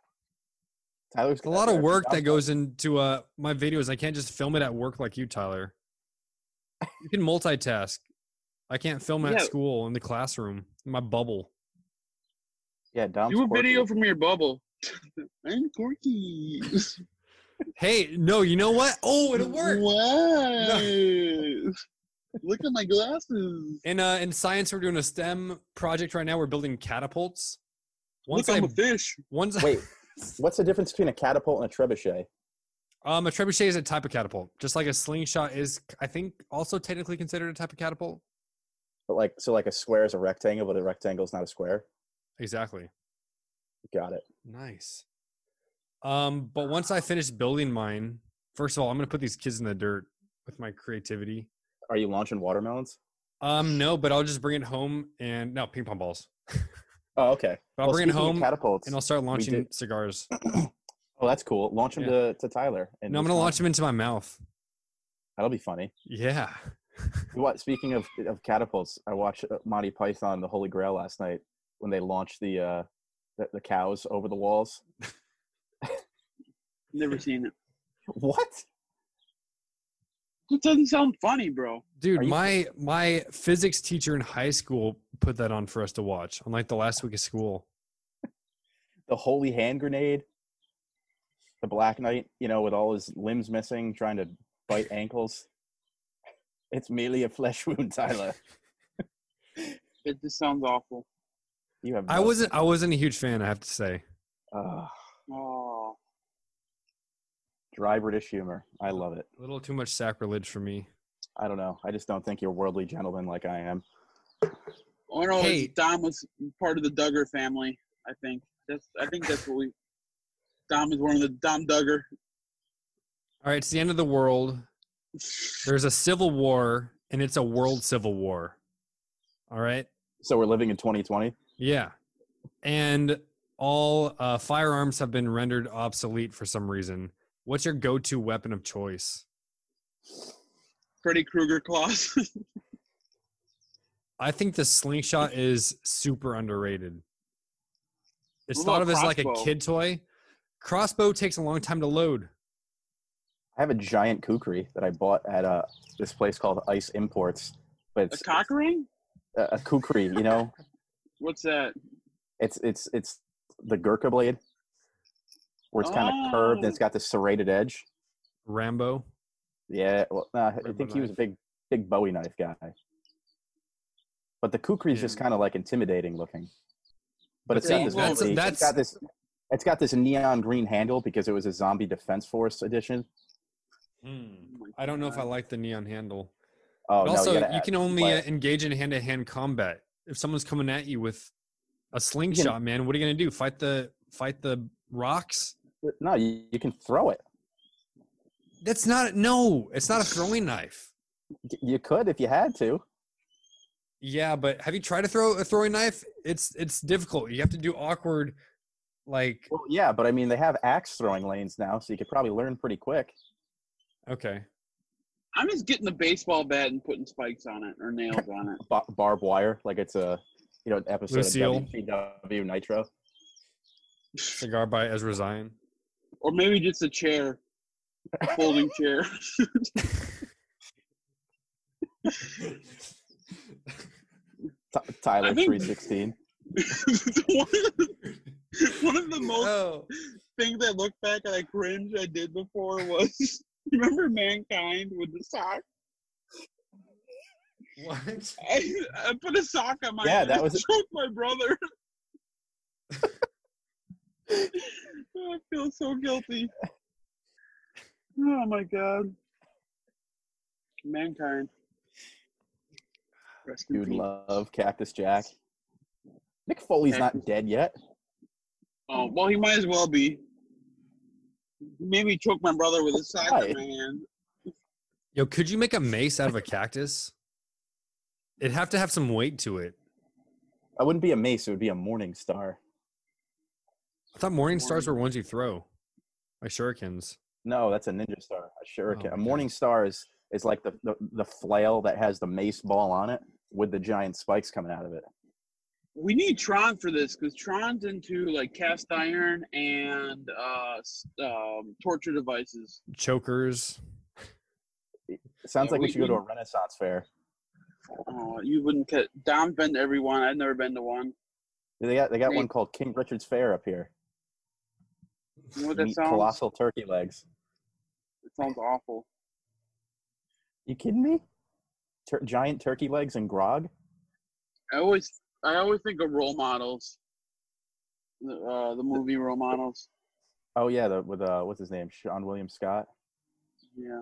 Speaker 4: Tyler's
Speaker 2: A lot of work that goes into uh, my videos. I can't just film it at work like you, Tyler. You can multitask. I can't film at
Speaker 3: Yeah.
Speaker 2: school in the classroom in my bubble.
Speaker 4: Yeah, Dom's
Speaker 3: Do a
Speaker 4: quirky.
Speaker 3: video from your bubble. I'm quirky.
Speaker 2: Hey, no, you know what? Oh, it'll work.
Speaker 3: Wow. Look at my glasses.
Speaker 2: In uh, in science, we're doing a STEM project right now. We're building catapults. Once
Speaker 3: Look,
Speaker 2: I
Speaker 3: I'm a fish.
Speaker 2: once I-
Speaker 4: Wait, what's the difference between a catapult and a trebuchet?
Speaker 2: Um, a trebuchet is a type of catapult, just like a slingshot is, I think, also technically considered a type of catapult.
Speaker 4: But like, so like a square is a rectangle, but a rectangle is not a square.
Speaker 2: Exactly.
Speaker 4: Got it.
Speaker 2: Nice. Um, but once I finish building mine, first of all, I'm gonna put these kids in the dirt with my creativity.
Speaker 4: Are you launching watermelons?
Speaker 2: Um, no, but I'll just bring it home and no ping pong balls.
Speaker 4: Oh, okay.
Speaker 2: But I'll
Speaker 4: Well,
Speaker 2: bring it
Speaker 4: speaking of
Speaker 2: home
Speaker 4: Catapults.
Speaker 2: and I'll start launching
Speaker 4: did-
Speaker 2: cigars.
Speaker 4: oh, that's cool. Launch them
Speaker 2: Yeah.
Speaker 4: to, to Tyler. and
Speaker 2: No, I'm gonna launch them into my mouth.
Speaker 4: That'll be funny.
Speaker 2: Yeah.
Speaker 4: What? Speaking of of catapults, I watched uh, Monty Python: The Holy Grail last night when they launched the uh, the, the cows over the walls.
Speaker 3: Never seen it.
Speaker 4: What?
Speaker 3: It doesn't sound funny, bro.
Speaker 2: Dude,
Speaker 4: Are you-
Speaker 2: my my physics teacher in high school put that on for us to watch on like the last week of school.
Speaker 4: The holy hand grenade. The Black Knight, you know, with all his limbs missing, trying to bite ankles. It's merely a flesh wound, Tyler.
Speaker 3: It just sounds awful.
Speaker 4: You have.
Speaker 2: I
Speaker 4: no-
Speaker 2: wasn't I wasn't a huge fan, I have to say.
Speaker 4: Ah,
Speaker 3: Oh.
Speaker 4: dry British humor. I love it.
Speaker 2: A little too much sacrilege for me.
Speaker 4: I don't know. I just don't think you're worldly gentlemen like I am.
Speaker 3: Oh no,
Speaker 2: Hey.
Speaker 3: it's Dom was part of the Duggar family. I think that's. I think that's what we. Dom is one of the Dom Duggar.
Speaker 2: All right, it's the end of the world. There's a civil war, and it's a world civil war. All right.
Speaker 4: So we're living in 2020.
Speaker 2: Yeah. And all uh, firearms have been rendered obsolete for some reason. What's your go to weapon of choice?
Speaker 3: Freddy Krueger claws.
Speaker 2: I think the slingshot is super underrated. It's
Speaker 3: What
Speaker 2: thought
Speaker 3: about
Speaker 2: of as like a
Speaker 3: crossbow?
Speaker 2: kid toy. Crossbow takes a long time to load.
Speaker 4: I have a giant kukri that I bought at uh, this place called Ice Imports, but
Speaker 3: a
Speaker 4: it's
Speaker 3: cock ring?
Speaker 4: a, a kukri. You know,
Speaker 3: What's that?
Speaker 4: it's it's it's the Gurkha blade, where it's kind of curved and it's
Speaker 3: Oh.
Speaker 4: got this serrated edge.
Speaker 2: Rambo.
Speaker 4: Yeah, well, nah, I
Speaker 2: Rubber
Speaker 4: think he was a
Speaker 2: knife.
Speaker 4: big big Bowie knife guy. But the kukri is
Speaker 2: Yeah.
Speaker 4: just kind of like intimidating looking. But it's
Speaker 2: See,
Speaker 4: got this.
Speaker 2: that's-
Speaker 4: really-
Speaker 2: that's-
Speaker 4: it's got this. It's got this neon green handle because it was a zombie defense force edition.
Speaker 3: Hmm.
Speaker 2: I don't know
Speaker 3: Uh,
Speaker 2: if I like the neon handle.
Speaker 4: Oh
Speaker 2: But
Speaker 4: no!
Speaker 2: also,
Speaker 4: you,
Speaker 2: you,
Speaker 4: gotta add-
Speaker 2: can only uh,
Speaker 4: blast.
Speaker 2: engage in hand-to-hand combat. If someone's coming at you with a slingshot, man, what are you gonna do? Fight the fight the rocks?
Speaker 4: no, you, you can throw it.
Speaker 2: That's not no. It's not a throwing knife.
Speaker 4: Y- You could if you had to.
Speaker 2: Yeah, but have you tried to throw a throwing knife? It's it's difficult. You have to do awkward, like
Speaker 4: Well, yeah, but I mean, they have axe throwing lanes now, so you could probably learn pretty quick.
Speaker 2: okay.
Speaker 3: I'm just getting the baseball bat and putting spikes on it or nails on it.
Speaker 4: Ba- barbed wire, like it's a you know an episode
Speaker 2: Lucille.
Speaker 4: of WCW Nitro.
Speaker 2: Cigar by Ezra Zion.
Speaker 3: Or maybe just a chair, a folding chair.
Speaker 4: T- Tyler
Speaker 3: I think-
Speaker 4: three sixteen.
Speaker 3: one, of the, one of the most
Speaker 2: Oh,
Speaker 3: things I look back and I cringe I did before was remember mankind with the sock?
Speaker 2: what?
Speaker 3: I, I put a sock on my
Speaker 4: Yeah,
Speaker 3: head
Speaker 4: that
Speaker 3: and
Speaker 4: was-
Speaker 3: choked my brother. Oh, I feel so guilty. Oh my god. Mankind. Rest in
Speaker 4: You'd
Speaker 3: peace.
Speaker 4: love Cactus Jack. Mick Foley's not dead yet.
Speaker 3: Oh well, he might as well be. Maybe choke my brother with a sock in
Speaker 4: Right.
Speaker 3: my hand.
Speaker 2: Yo, could you make a mace out of a cactus? It'd have to have some weight to it.
Speaker 4: I wouldn't be a mace; it would be a morning star.
Speaker 2: I thought morning stars were ones you throw, like shurikens.
Speaker 4: No, that's a ninja star, a shuriken.
Speaker 2: okay.
Speaker 4: a morning star is is like the, the the flail that has the mace ball on it with the giant spikes coming out of it.
Speaker 3: We need Tron for this because Tron's into like cast iron and uh, s- um, torture devices.
Speaker 2: Chokers.
Speaker 4: It sounds
Speaker 3: Yeah,
Speaker 4: like we,
Speaker 3: we-
Speaker 4: should go to
Speaker 3: we-
Speaker 4: a Renaissance fair.
Speaker 3: Uh, you wouldn't cut. Dom's been to every one. I've never been to one.
Speaker 4: They got they got
Speaker 3: They-
Speaker 4: one called King Richard's Fair up here.
Speaker 3: You know what
Speaker 4: You
Speaker 3: that
Speaker 4: eat
Speaker 3: sounds?
Speaker 4: colossal turkey legs.
Speaker 3: It sounds awful.
Speaker 4: You kidding me? Tur- giant turkey legs and grog.
Speaker 3: I always, I always think of role models. The, uh, the movie role models.
Speaker 4: Oh yeah, the, with uh, what's his name? Sean William Scott
Speaker 3: Yeah,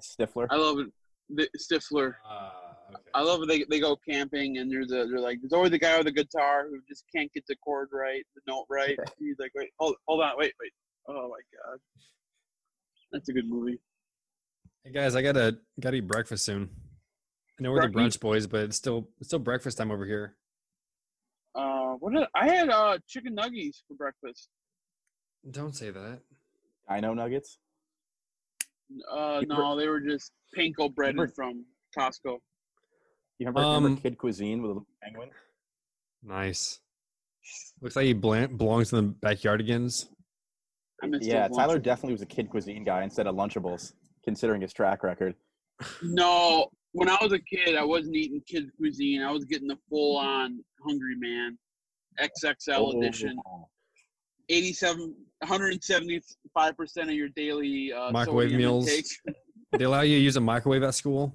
Speaker 4: Stifler.
Speaker 3: I love it. The, Stifler. I love it. They, they go camping and there's a they're like there's always the guy with the guitar who just can't get the chord right, the note right. He's like, wait, hold hold on, wait, wait. Oh my god, that's a good movie.
Speaker 2: Hey guys, I gotta gotta eat breakfast soon. I know we're the
Speaker 3: Bre-
Speaker 2: brunch boys, but it's still it's still breakfast time over here.
Speaker 3: Uh, what did I had uh chicken nuggies for breakfast.
Speaker 2: Don't say that.
Speaker 4: Dino Nuggets.
Speaker 3: Uh,
Speaker 4: You
Speaker 3: no, they were just panko breaded
Speaker 4: were-
Speaker 3: from Costco.
Speaker 4: You remember, remember
Speaker 2: Um,
Speaker 4: Kid Cuisine with a little penguin?
Speaker 2: Nice. Looks like he blan- belongs in the backyardigans.
Speaker 3: I missed
Speaker 4: Yeah,
Speaker 3: those
Speaker 4: Tyler
Speaker 3: lunches.
Speaker 4: definitely was a Kid Cuisine guy instead of Lunchables, considering his track record.
Speaker 3: No, when I was a kid, I wasn't eating kids cuisine. I was getting the full on Hungry Man, XXL edition.
Speaker 4: Oh,
Speaker 3: 87 175 percent of your daily uh,
Speaker 2: Microwave
Speaker 3: sodium
Speaker 2: meals.
Speaker 3: intake.
Speaker 2: they allow you to use a microwave at school.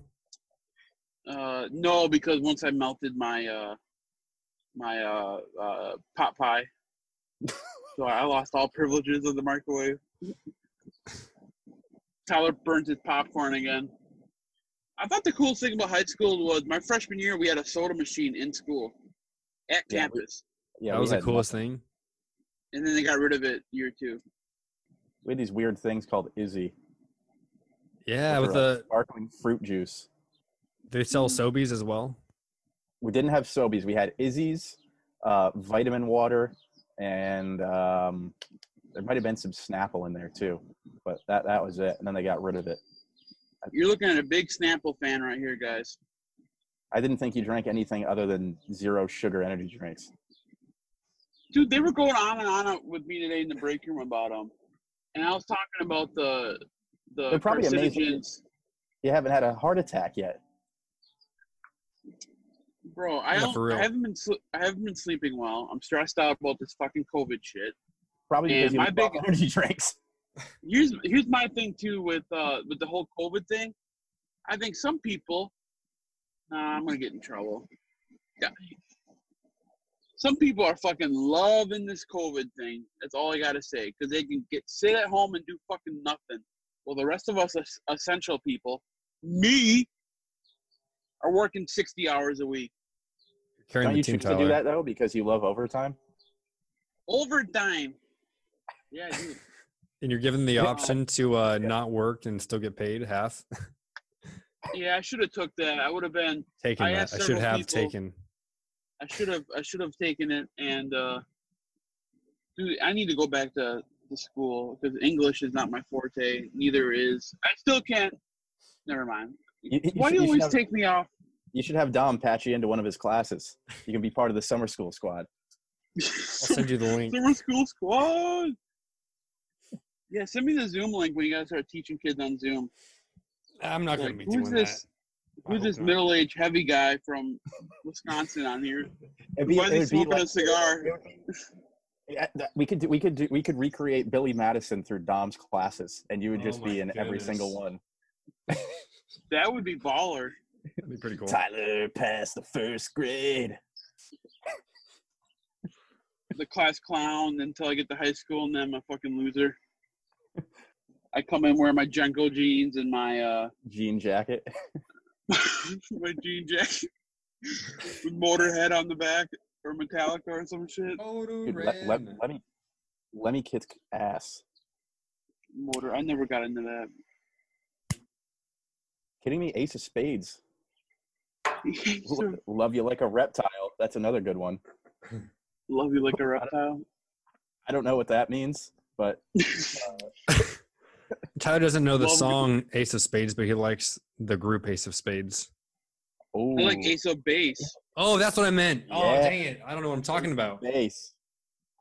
Speaker 3: Uh, no, because once I melted my uh, my uh, uh, pot pie, so I lost all privileges of the microwave. Tyler burnt his popcorn again. I thought the coolest thing about high school was my freshman year we had a soda machine in school at
Speaker 4: Yeah, we-
Speaker 3: campus,
Speaker 4: Yeah,
Speaker 2: that
Speaker 4: we
Speaker 2: was the
Speaker 4: had-
Speaker 2: coolest thing.
Speaker 3: and then they got rid of it year two.
Speaker 4: We had these weird things called Izzy,
Speaker 2: Yeah,
Speaker 4: Which
Speaker 2: with
Speaker 4: are, uh,
Speaker 2: the
Speaker 4: sparkling fruit juice.
Speaker 2: they sell Sobeys as well.
Speaker 4: We didn't have Sobeys. We had Izzy's, uh, vitamin water, and um, there might have been some Snapple in there too, but that that was it. And then they got rid of it.
Speaker 3: You're looking at a big Snapple fan right here, guys.
Speaker 4: I didn't think you drank anything other than zero sugar energy drinks.
Speaker 3: dude, they were going on and on with me today in the break room about them, and I was talking about the the
Speaker 4: They're probably amazing.
Speaker 3: carcinogens.
Speaker 4: You haven't had a heart attack yet.
Speaker 3: Bro, I,
Speaker 2: Yeah,
Speaker 3: don't,
Speaker 2: for real.
Speaker 3: I haven't been sl- I haven't been sleeping well. I'm stressed out about this fucking COVID shit.
Speaker 4: Probably
Speaker 3: Man,
Speaker 4: because you
Speaker 3: my
Speaker 4: haven't bought
Speaker 3: big-
Speaker 4: energy drinks.
Speaker 3: Here's here's my thing too with uh with the whole COVID thing. I think some people, nah, I'm gonna get in trouble. Some people are fucking loving this COVID thing. That's all I gotta say, because they can get sit at home and do fucking nothing. Well, the rest of us es- essential people, me, are working sixty hours a week.
Speaker 2: Carrying
Speaker 4: Don't
Speaker 2: the
Speaker 4: you
Speaker 2: team,
Speaker 4: choose to do
Speaker 2: Tyler.
Speaker 4: that though because you love overtime?
Speaker 3: Overtime. Yeah, dude.
Speaker 2: And you're given the
Speaker 3: Yeah.
Speaker 2: option to uh, not work and still get paid half.
Speaker 3: Yeah, I should have took that. I would have been.
Speaker 2: Taken
Speaker 3: I
Speaker 2: that.
Speaker 3: asked
Speaker 2: I should
Speaker 3: several
Speaker 2: have
Speaker 3: people-
Speaker 2: taken.
Speaker 3: I should have. I should have taken it. And uh, dude, I need to go back to to school because English is not my forte. Neither is. I still can't. Never mind.
Speaker 4: You, you
Speaker 3: Why
Speaker 4: should-
Speaker 3: do you
Speaker 4: you should
Speaker 3: always
Speaker 4: have-
Speaker 3: take me off?
Speaker 4: You should have Dom patch you into one of his classes. You can be part of the summer school squad.
Speaker 2: I'll send you the link.
Speaker 3: Summer school squad. Yeah, send me the Zoom link when you guys start teaching kids on Zoom.
Speaker 2: I'm not going
Speaker 3: Like,
Speaker 2: to be
Speaker 3: who's
Speaker 2: doing
Speaker 3: this?
Speaker 2: that. I
Speaker 3: Who's
Speaker 2: hope
Speaker 3: this
Speaker 2: not.
Speaker 3: middle-aged heavy guy from Wisconsin on here?
Speaker 4: It'd
Speaker 3: Why is he
Speaker 4: it'd
Speaker 3: smoking
Speaker 4: like-
Speaker 3: a cigar?
Speaker 4: Yeah, Eh, that- we could do, we could do, we could recreate Billy Madison through Dom's classes, and you would
Speaker 2: Oh
Speaker 4: just
Speaker 2: my
Speaker 4: be in every
Speaker 2: goodness.
Speaker 4: single one.
Speaker 3: That would be baller.
Speaker 2: That'd be pretty cool.
Speaker 4: Tyler passed the first grade.
Speaker 3: the class clown until I get to high school, and then I'm a fucking loser. I come in wearing my Jenko jeans and my uh,
Speaker 4: Jean jacket.
Speaker 3: my jean jacket with Motorhead on the back or Metallica or some shit.
Speaker 4: Dude, let, let, let me, let me kick ass.
Speaker 3: Motor. I never got into that.
Speaker 4: Kidding me? Ace of Spades. Lo- Love you like a reptile. That's another good one.
Speaker 3: Love you like a reptile.
Speaker 4: I don't know what that means, but
Speaker 2: Tyler doesn't know the
Speaker 3: Well, we-
Speaker 2: song Ace of Spades, but he likes the group Ace of Spades.
Speaker 4: oh,
Speaker 3: I like Ace of Base.
Speaker 2: Oh, that's what I meant. Oh,
Speaker 4: Yeah.
Speaker 2: dang it. I don't know what I'm talking about.
Speaker 4: base.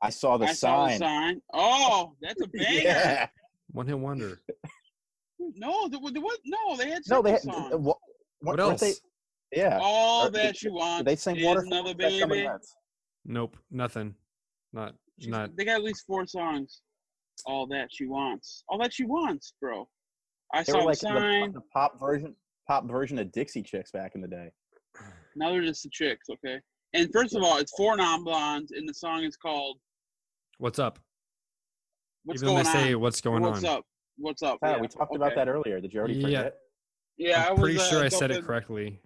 Speaker 4: I saw the
Speaker 3: I saw the
Speaker 4: sign.
Speaker 3: sign. Oh, that's a banger.
Speaker 4: Yeah.
Speaker 2: One hit wonder.
Speaker 3: No, the, the, what? No, they had
Speaker 4: No, they had.
Speaker 3: separate
Speaker 4: uh,
Speaker 3: songs.
Speaker 4: What,
Speaker 2: What
Speaker 4: weren't
Speaker 2: else?
Speaker 4: They, yeah.
Speaker 3: All
Speaker 4: Uh,
Speaker 3: that
Speaker 4: did-
Speaker 3: you want.
Speaker 4: they sang
Speaker 3: is
Speaker 4: Waterfall.
Speaker 3: another
Speaker 4: That's somebody
Speaker 3: Oh, baby.
Speaker 4: else.
Speaker 2: Nope. Nothing. Not,
Speaker 3: She's-
Speaker 2: not.
Speaker 3: They got at least four songs. All that she wants. All that she wants, bro. I
Speaker 4: They
Speaker 3: saw
Speaker 4: were like
Speaker 3: the
Speaker 4: the,
Speaker 3: sign.
Speaker 4: the pop version, pop version of Dixie Chicks back in the day.
Speaker 3: now they're just the chicks, okay? And first of all, it's four non blondes, and the song is called
Speaker 2: What's up?
Speaker 3: "What's
Speaker 2: Even though
Speaker 3: Going
Speaker 2: they say
Speaker 3: On."
Speaker 2: what's going
Speaker 3: What's
Speaker 2: on.
Speaker 3: up? What's up?
Speaker 4: Tyler,
Speaker 3: yeah.
Speaker 4: we talked
Speaker 3: okay.
Speaker 4: about that earlier. Did you already
Speaker 2: Yeah.
Speaker 4: forget?
Speaker 3: Yeah,
Speaker 2: I'm
Speaker 3: was,
Speaker 2: pretty
Speaker 3: uh,
Speaker 2: sure I said it
Speaker 3: dumping-
Speaker 2: correctly.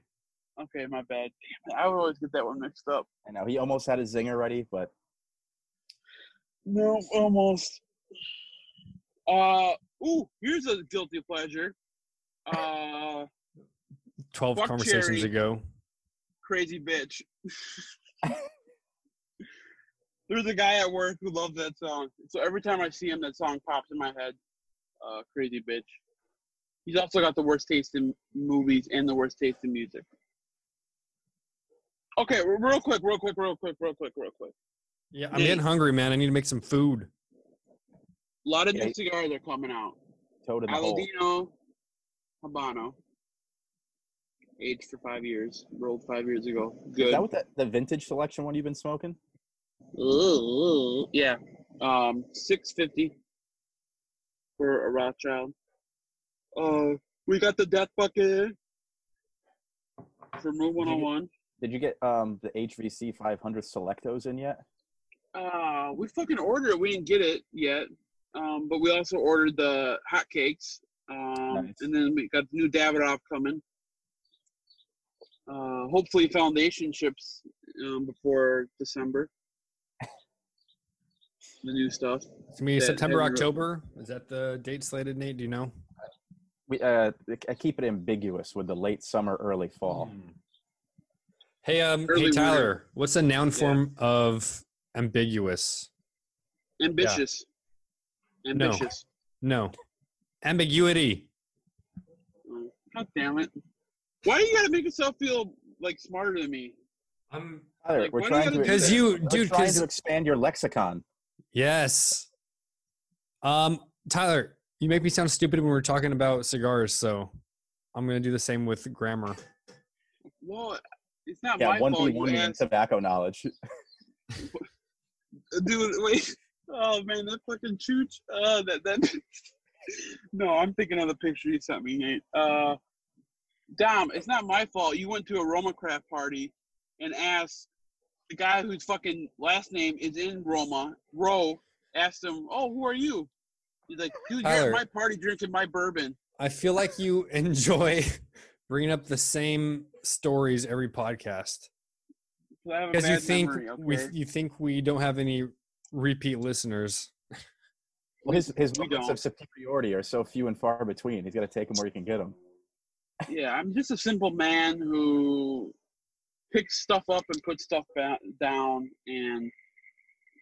Speaker 3: Okay, my bad. Damn it, I would always get that one mixed up.
Speaker 4: I know he almost had a zinger ready, but
Speaker 3: No, almost. Uh, ooh, here's a guilty pleasure. Uh,
Speaker 2: 12
Speaker 3: Fuck
Speaker 2: conversations
Speaker 3: Jerry.
Speaker 2: ago.
Speaker 3: crazy bitch. There's a guy at work who loves that song. So every time I see him, that song pops in my head. Uh, crazy bitch. He's also got the worst taste in movies and the worst taste in music. Okay, r- real quick, real quick, real quick, real quick, real quick.
Speaker 2: Yeah, I'm
Speaker 3: Nate.
Speaker 2: getting hungry, man. I need to make some food.
Speaker 3: A lot of new
Speaker 4: Okay.
Speaker 3: cigars are coming out.
Speaker 4: Toad in the hole.
Speaker 3: Aladino, Habano. Aged for five years. Rolled five years ago. Good.
Speaker 4: Is that what that the vintage selection one you've been smoking?
Speaker 3: Ooh, yeah. Um, six fifty for a Rothschild. Uh, we got the death bucket from Room One Hundred One.
Speaker 4: Did you get um the HVC 500 Selectos in yet?
Speaker 3: Uh, we fucking ordered it. We didn't get it yet. Um, but we also ordered the hotcakes. Um,
Speaker 4: Nice.
Speaker 3: and then we got the new Davidoff coming. Uh, hopefully foundation ships um, before December. The new stuff.
Speaker 2: It's going to be
Speaker 3: That-
Speaker 2: September,
Speaker 3: that-
Speaker 2: October. Is that the date slated, Nate? Do you know?
Speaker 4: We uh I keep it ambiguous with the late summer, early fall.
Speaker 3: Hmm.
Speaker 2: Hmm. Hey, um,
Speaker 3: Early
Speaker 2: hey
Speaker 3: winter.
Speaker 2: Tyler, what's the noun form of ambiguous?
Speaker 3: Ambitious.
Speaker 2: No.
Speaker 3: Ambitious.
Speaker 2: No, ambiguity.
Speaker 3: Oh, God damn it. Why do you gotta make yourself feel like smarter than me?
Speaker 2: I'm
Speaker 4: Tyler,
Speaker 3: Like,
Speaker 4: we're
Speaker 3: why do you
Speaker 4: trying
Speaker 3: gotta
Speaker 4: to
Speaker 3: do
Speaker 2: because
Speaker 3: that?
Speaker 2: you,
Speaker 4: we're
Speaker 2: dude.
Speaker 4: trying
Speaker 2: Because
Speaker 4: to expand your lexicon.
Speaker 2: yes, um, Tyler, you make me sound stupid when we're talking about cigars. So I'm gonna do the same with grammar.
Speaker 3: Well, it's not
Speaker 4: Yeah,
Speaker 3: my
Speaker 4: one
Speaker 3: fault.
Speaker 4: B
Speaker 3: You
Speaker 4: one in
Speaker 3: asked-
Speaker 4: tobacco knowledge.
Speaker 3: dude. Wait. Oh man, that fucking chooch. Uh, that that. no, I'm thinking of the picture you sent me, Nate. Uh, Dom, it's not my fault. You went to a Roma craft party and asked the guy whose fucking last name is in Roma, Roe, asked him, "Oh, who are you?" He's like, "Dude, you're
Speaker 2: Tyler.
Speaker 3: at my party drinking my bourbon."
Speaker 2: I feel like you enjoy bringing up the same stories every podcast
Speaker 3: 'Cause I have a
Speaker 2: because you
Speaker 3: bad
Speaker 2: think
Speaker 3: memory,
Speaker 2: we
Speaker 3: okay?
Speaker 2: you think we don't have any repeat listeners.
Speaker 4: Well, his his
Speaker 3: We
Speaker 4: moments
Speaker 3: don't.
Speaker 4: of superiority are so few and far between. He's got to take them where he can get them.
Speaker 3: Yeah, I'm just a simple man who picks stuff up and puts stuff ba- down and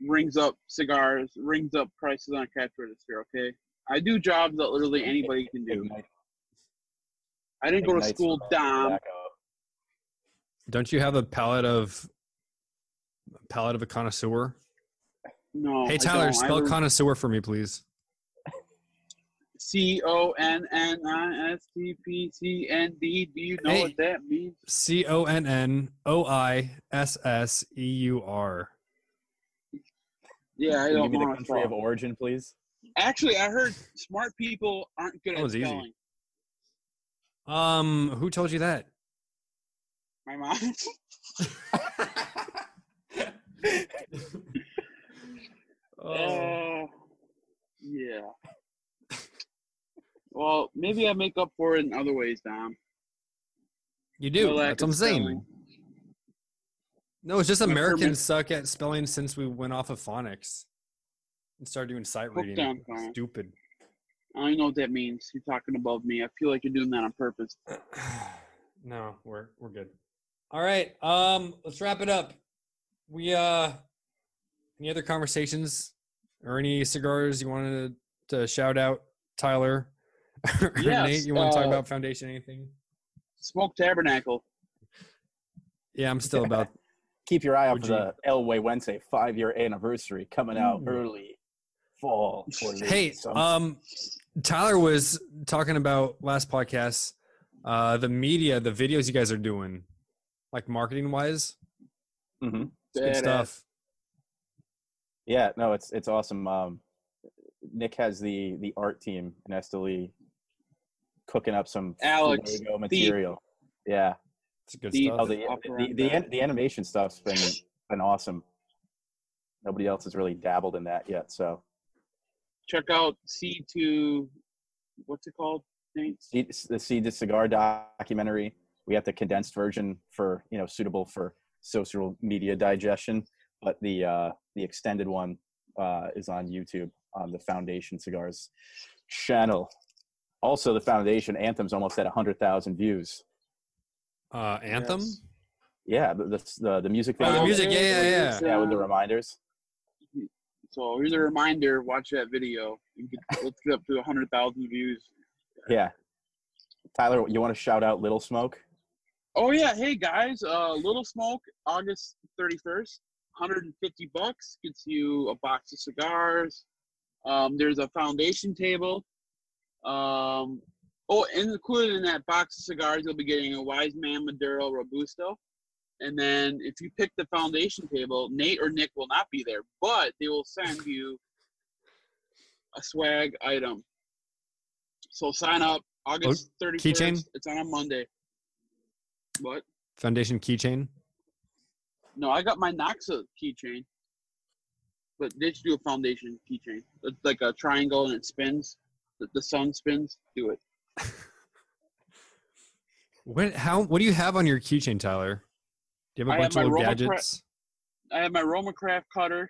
Speaker 3: rings up cigars, rings up prices on a cash register, okay? I do jobs that literally anybody can do. I didn't go to school,
Speaker 4: uh,
Speaker 3: Dom.
Speaker 2: Don't you have a palette of palette of a connoisseur?
Speaker 3: No.
Speaker 2: hey
Speaker 3: I
Speaker 2: Tyler,
Speaker 3: don't.
Speaker 2: spell
Speaker 3: I'm a-
Speaker 2: connoisseur for me, please.
Speaker 3: C O N N I S T P C N D. Do you know
Speaker 2: Hey.
Speaker 3: what that means?
Speaker 2: C O N N O I S S E U R.
Speaker 3: Yeah, I
Speaker 4: Can you give
Speaker 3: don't
Speaker 4: me the
Speaker 3: know.
Speaker 4: country of origin, please?
Speaker 3: Actually, I heard smart people aren't good
Speaker 2: That
Speaker 3: at
Speaker 2: was easy.
Speaker 3: spelling.
Speaker 2: Um, who told you that?
Speaker 3: My mom.
Speaker 2: Um,
Speaker 3: Oh, yeah. Well, maybe I make up for it in other ways, Dom.
Speaker 2: you
Speaker 3: My
Speaker 2: do.
Speaker 3: lack
Speaker 2: That's what I'm
Speaker 3: of
Speaker 2: saying.
Speaker 3: spelling.
Speaker 2: No, it's just
Speaker 3: But for me-
Speaker 2: Americans suck at spelling since we went off of phonics and started doing sight
Speaker 3: Hooked
Speaker 2: reading.
Speaker 3: on phonics.
Speaker 2: Stupid.
Speaker 3: I know what that means. You're talking above me. I feel like you're doing that on purpose.
Speaker 2: no, we're we're good. All right. Um, let's wrap it up. We uh any other conversations or any cigars you wanted to, to shout out, Tyler? Or
Speaker 3: Yes,
Speaker 2: Nate, you want to talk
Speaker 3: uh,
Speaker 2: about foundation anything?
Speaker 3: Smoke Tabernacle.
Speaker 2: Yeah, I'm still about
Speaker 4: Keep your eye out
Speaker 2: Would
Speaker 4: for the Elway Wednesday five-year anniversary coming out
Speaker 2: Ooh.
Speaker 4: early fall. Or late
Speaker 2: Hey,
Speaker 4: summer.
Speaker 2: um, Tyler was talking about last podcast, uh, the media, the videos you guys are doing, like marketing wise,
Speaker 3: Mm-hmm.
Speaker 4: Mhm.
Speaker 2: good
Speaker 3: Badass.
Speaker 2: stuff.
Speaker 4: yeah, no, it's it's awesome. Um, Nick has the the art team in Esteli cooking up some
Speaker 3: Alex,
Speaker 4: Lego material. Yeah,
Speaker 2: It's good
Speaker 3: The-
Speaker 4: Oh,
Speaker 2: stuff.
Speaker 4: the,
Speaker 3: Upper
Speaker 4: the,
Speaker 3: end
Speaker 4: the,
Speaker 3: of-
Speaker 4: an- the animation stuff's been been awesome. Nobody else has really dabbled in that yet. So
Speaker 3: check out C2. What's it called? Nate?
Speaker 4: See- the Seed to Cigar documentary, we have the condensed version for you know suitable for social media digestion, but the uh, the extended one uh, is on YouTube on the Foundation Cigars channel. Also, the Foundation Anthem's almost at hundred thousand views.
Speaker 2: Uh, anthem.
Speaker 3: Yes.
Speaker 4: Yeah, the the the, the music
Speaker 2: Oh, the
Speaker 4: video.
Speaker 2: music, yeah, yeah, yeah.
Speaker 4: yeah, with the reminders.
Speaker 3: uh, So here's a reminder: watch that video. You get, let's get up to hundred thousand views.
Speaker 4: Yeah. Tyler, you want to shout out Little Smoke?
Speaker 3: Oh yeah, hey guys, uh, Little Smoke, August thirty first, hundred and fifty bucks gets you a box of cigars. Um, there's a foundation table. Um, oh, and included in that box of cigars, you'll be getting a Wise Man Maduro Robusto. And then if you pick the foundation table, Nate or Nick will not be there, but they will send you a swag item. So sign up August thirty
Speaker 2: keychain?
Speaker 3: first. It's on a Monday. What?
Speaker 2: Foundation keychain.
Speaker 3: No, I got my Noxa keychain. But they should do a foundation keychain. It's like a triangle and it spins. The, the sun spins. Do it.
Speaker 2: What? How? What do you have on your keychain, Tyler? Do you have a
Speaker 3: I
Speaker 2: bunch
Speaker 3: have
Speaker 2: of little
Speaker 3: my Roma Pre-
Speaker 2: gadgets?
Speaker 3: I have my Roma Craft cutter,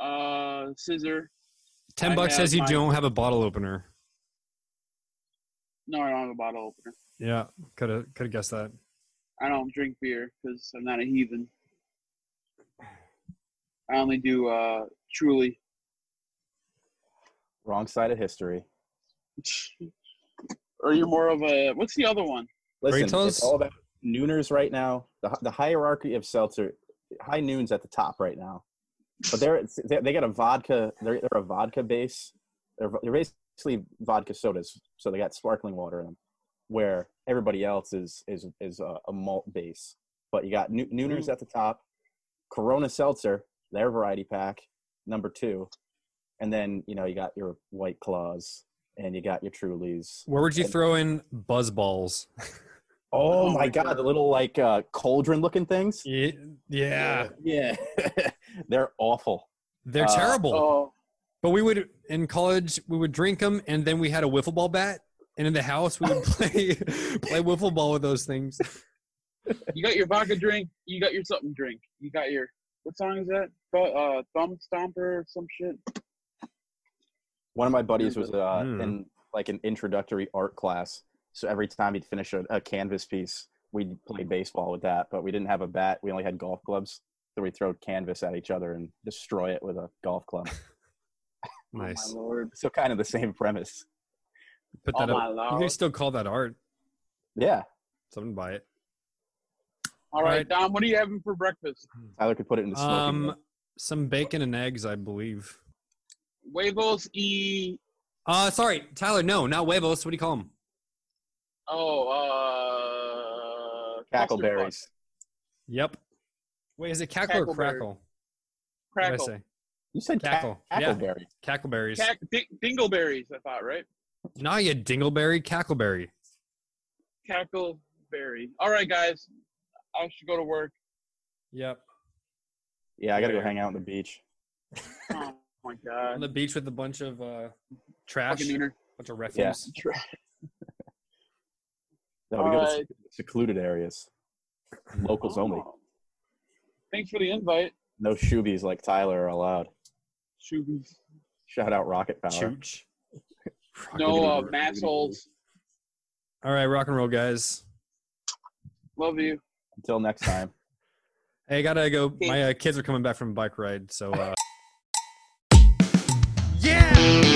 Speaker 3: uh, scissor.
Speaker 2: Ten
Speaker 3: I
Speaker 2: bucks
Speaker 3: have
Speaker 2: says you
Speaker 3: my-
Speaker 2: don't have a bottle opener.
Speaker 3: No, I don't have a bottle opener.
Speaker 2: Yeah, could have could have guessed that.
Speaker 3: I don't drink beer because I'm not a heathen. I only do uh, truly.
Speaker 4: Wrong side of history.
Speaker 3: or you're more of a. What's the other one?
Speaker 4: Listen,
Speaker 2: Kratos?
Speaker 4: it's all about nooners right now. The, the hierarchy of seltzer, high noons at the top right now. But they're they, they got a vodka. They're, they're a vodka base. They're, they're basically vodka sodas. So they got sparkling water in them, where everybody else is is is a, a malt base. But you got no, nooners at the top, Corona Seltzer, their variety pack, number two, and then you know you got your White Claws and you got your Trulies.
Speaker 2: Where would you throw in buzz balls?
Speaker 4: Oh,
Speaker 3: Oh
Speaker 4: my
Speaker 3: my
Speaker 4: god,
Speaker 3: God.
Speaker 4: the little like uh, cauldron looking things.
Speaker 2: Yeah, yeah.
Speaker 4: Yeah, they're awful.
Speaker 2: they're
Speaker 4: Uh,
Speaker 2: terrible.
Speaker 3: Oh,
Speaker 2: But we would in college we would drink them, and then we had a wiffle ball bat, and in the house we would play play wiffle ball with those things.
Speaker 3: Oh you got your vodka drink. You got your something drink. You got your what song is that? Th- uh, Thumb Stomper or some shit.
Speaker 4: One of my buddies was uh,
Speaker 2: Hmm.
Speaker 4: in like an introductory art class, so every time he'd finish a, a canvas piece, we'd play baseball with that. But we didn't have a bat; we only had golf clubs, so we'd throw canvas at each other and destroy it with a golf club.
Speaker 2: Nice.
Speaker 3: Oh my lord.
Speaker 4: so kind of the same premise.
Speaker 2: Put
Speaker 3: Oh
Speaker 2: that
Speaker 3: my
Speaker 2: up. You can
Speaker 3: lord.
Speaker 2: still call that art.
Speaker 4: Yeah,
Speaker 2: Someone buy it.
Speaker 3: All right, Dom. What are you having for breakfast?
Speaker 4: Tyler could put it in the smoking.
Speaker 2: Um,
Speaker 4: room.
Speaker 2: some bacon and eggs, I believe.
Speaker 3: Huevos y
Speaker 2: Uh, sorry, Tyler. No, not huevos. What do you call them?
Speaker 3: oh uh custard
Speaker 4: cackleberries.
Speaker 2: Yep. Wait, is it cackle or
Speaker 3: Cackleberry.
Speaker 2: crackle?
Speaker 3: puff.
Speaker 2: What did I
Speaker 3: crackle,
Speaker 2: say?
Speaker 4: You said
Speaker 2: Cackle,
Speaker 4: cackle.
Speaker 2: yeah.
Speaker 4: cackleberry.
Speaker 2: Cackleberries.
Speaker 3: Cack- di- dingleberries. I thought right.
Speaker 2: nah, you dingleberry, cackleberry.
Speaker 3: Cackleberry. All right, guys. I should go to work.
Speaker 2: Yep.
Speaker 4: Yeah, I gotta go
Speaker 2: Yeah.
Speaker 4: hang out on the beach.
Speaker 3: Oh my
Speaker 2: On
Speaker 3: god.
Speaker 2: the beach with a bunch of uh, trash,
Speaker 3: Fucking
Speaker 2: bunch
Speaker 3: wiener.
Speaker 2: of refuse.
Speaker 4: No, we go to
Speaker 3: Alright.
Speaker 4: secluded areas, locals only.
Speaker 3: Uh, Oh. Thanks for the invite.
Speaker 4: No shoobies like Tyler are allowed.
Speaker 3: Shoobies.
Speaker 4: Shout out Rocket Power.
Speaker 2: Chooch.
Speaker 3: No uh,
Speaker 4: Rockety-doo,
Speaker 3: mass holes.
Speaker 2: All right, rock and roll, guys.
Speaker 3: Love you.
Speaker 4: Until next time.
Speaker 2: Hey, gotta go. My uh, kids are coming back from a bike ride, so. Uh,
Speaker 5: Yeah!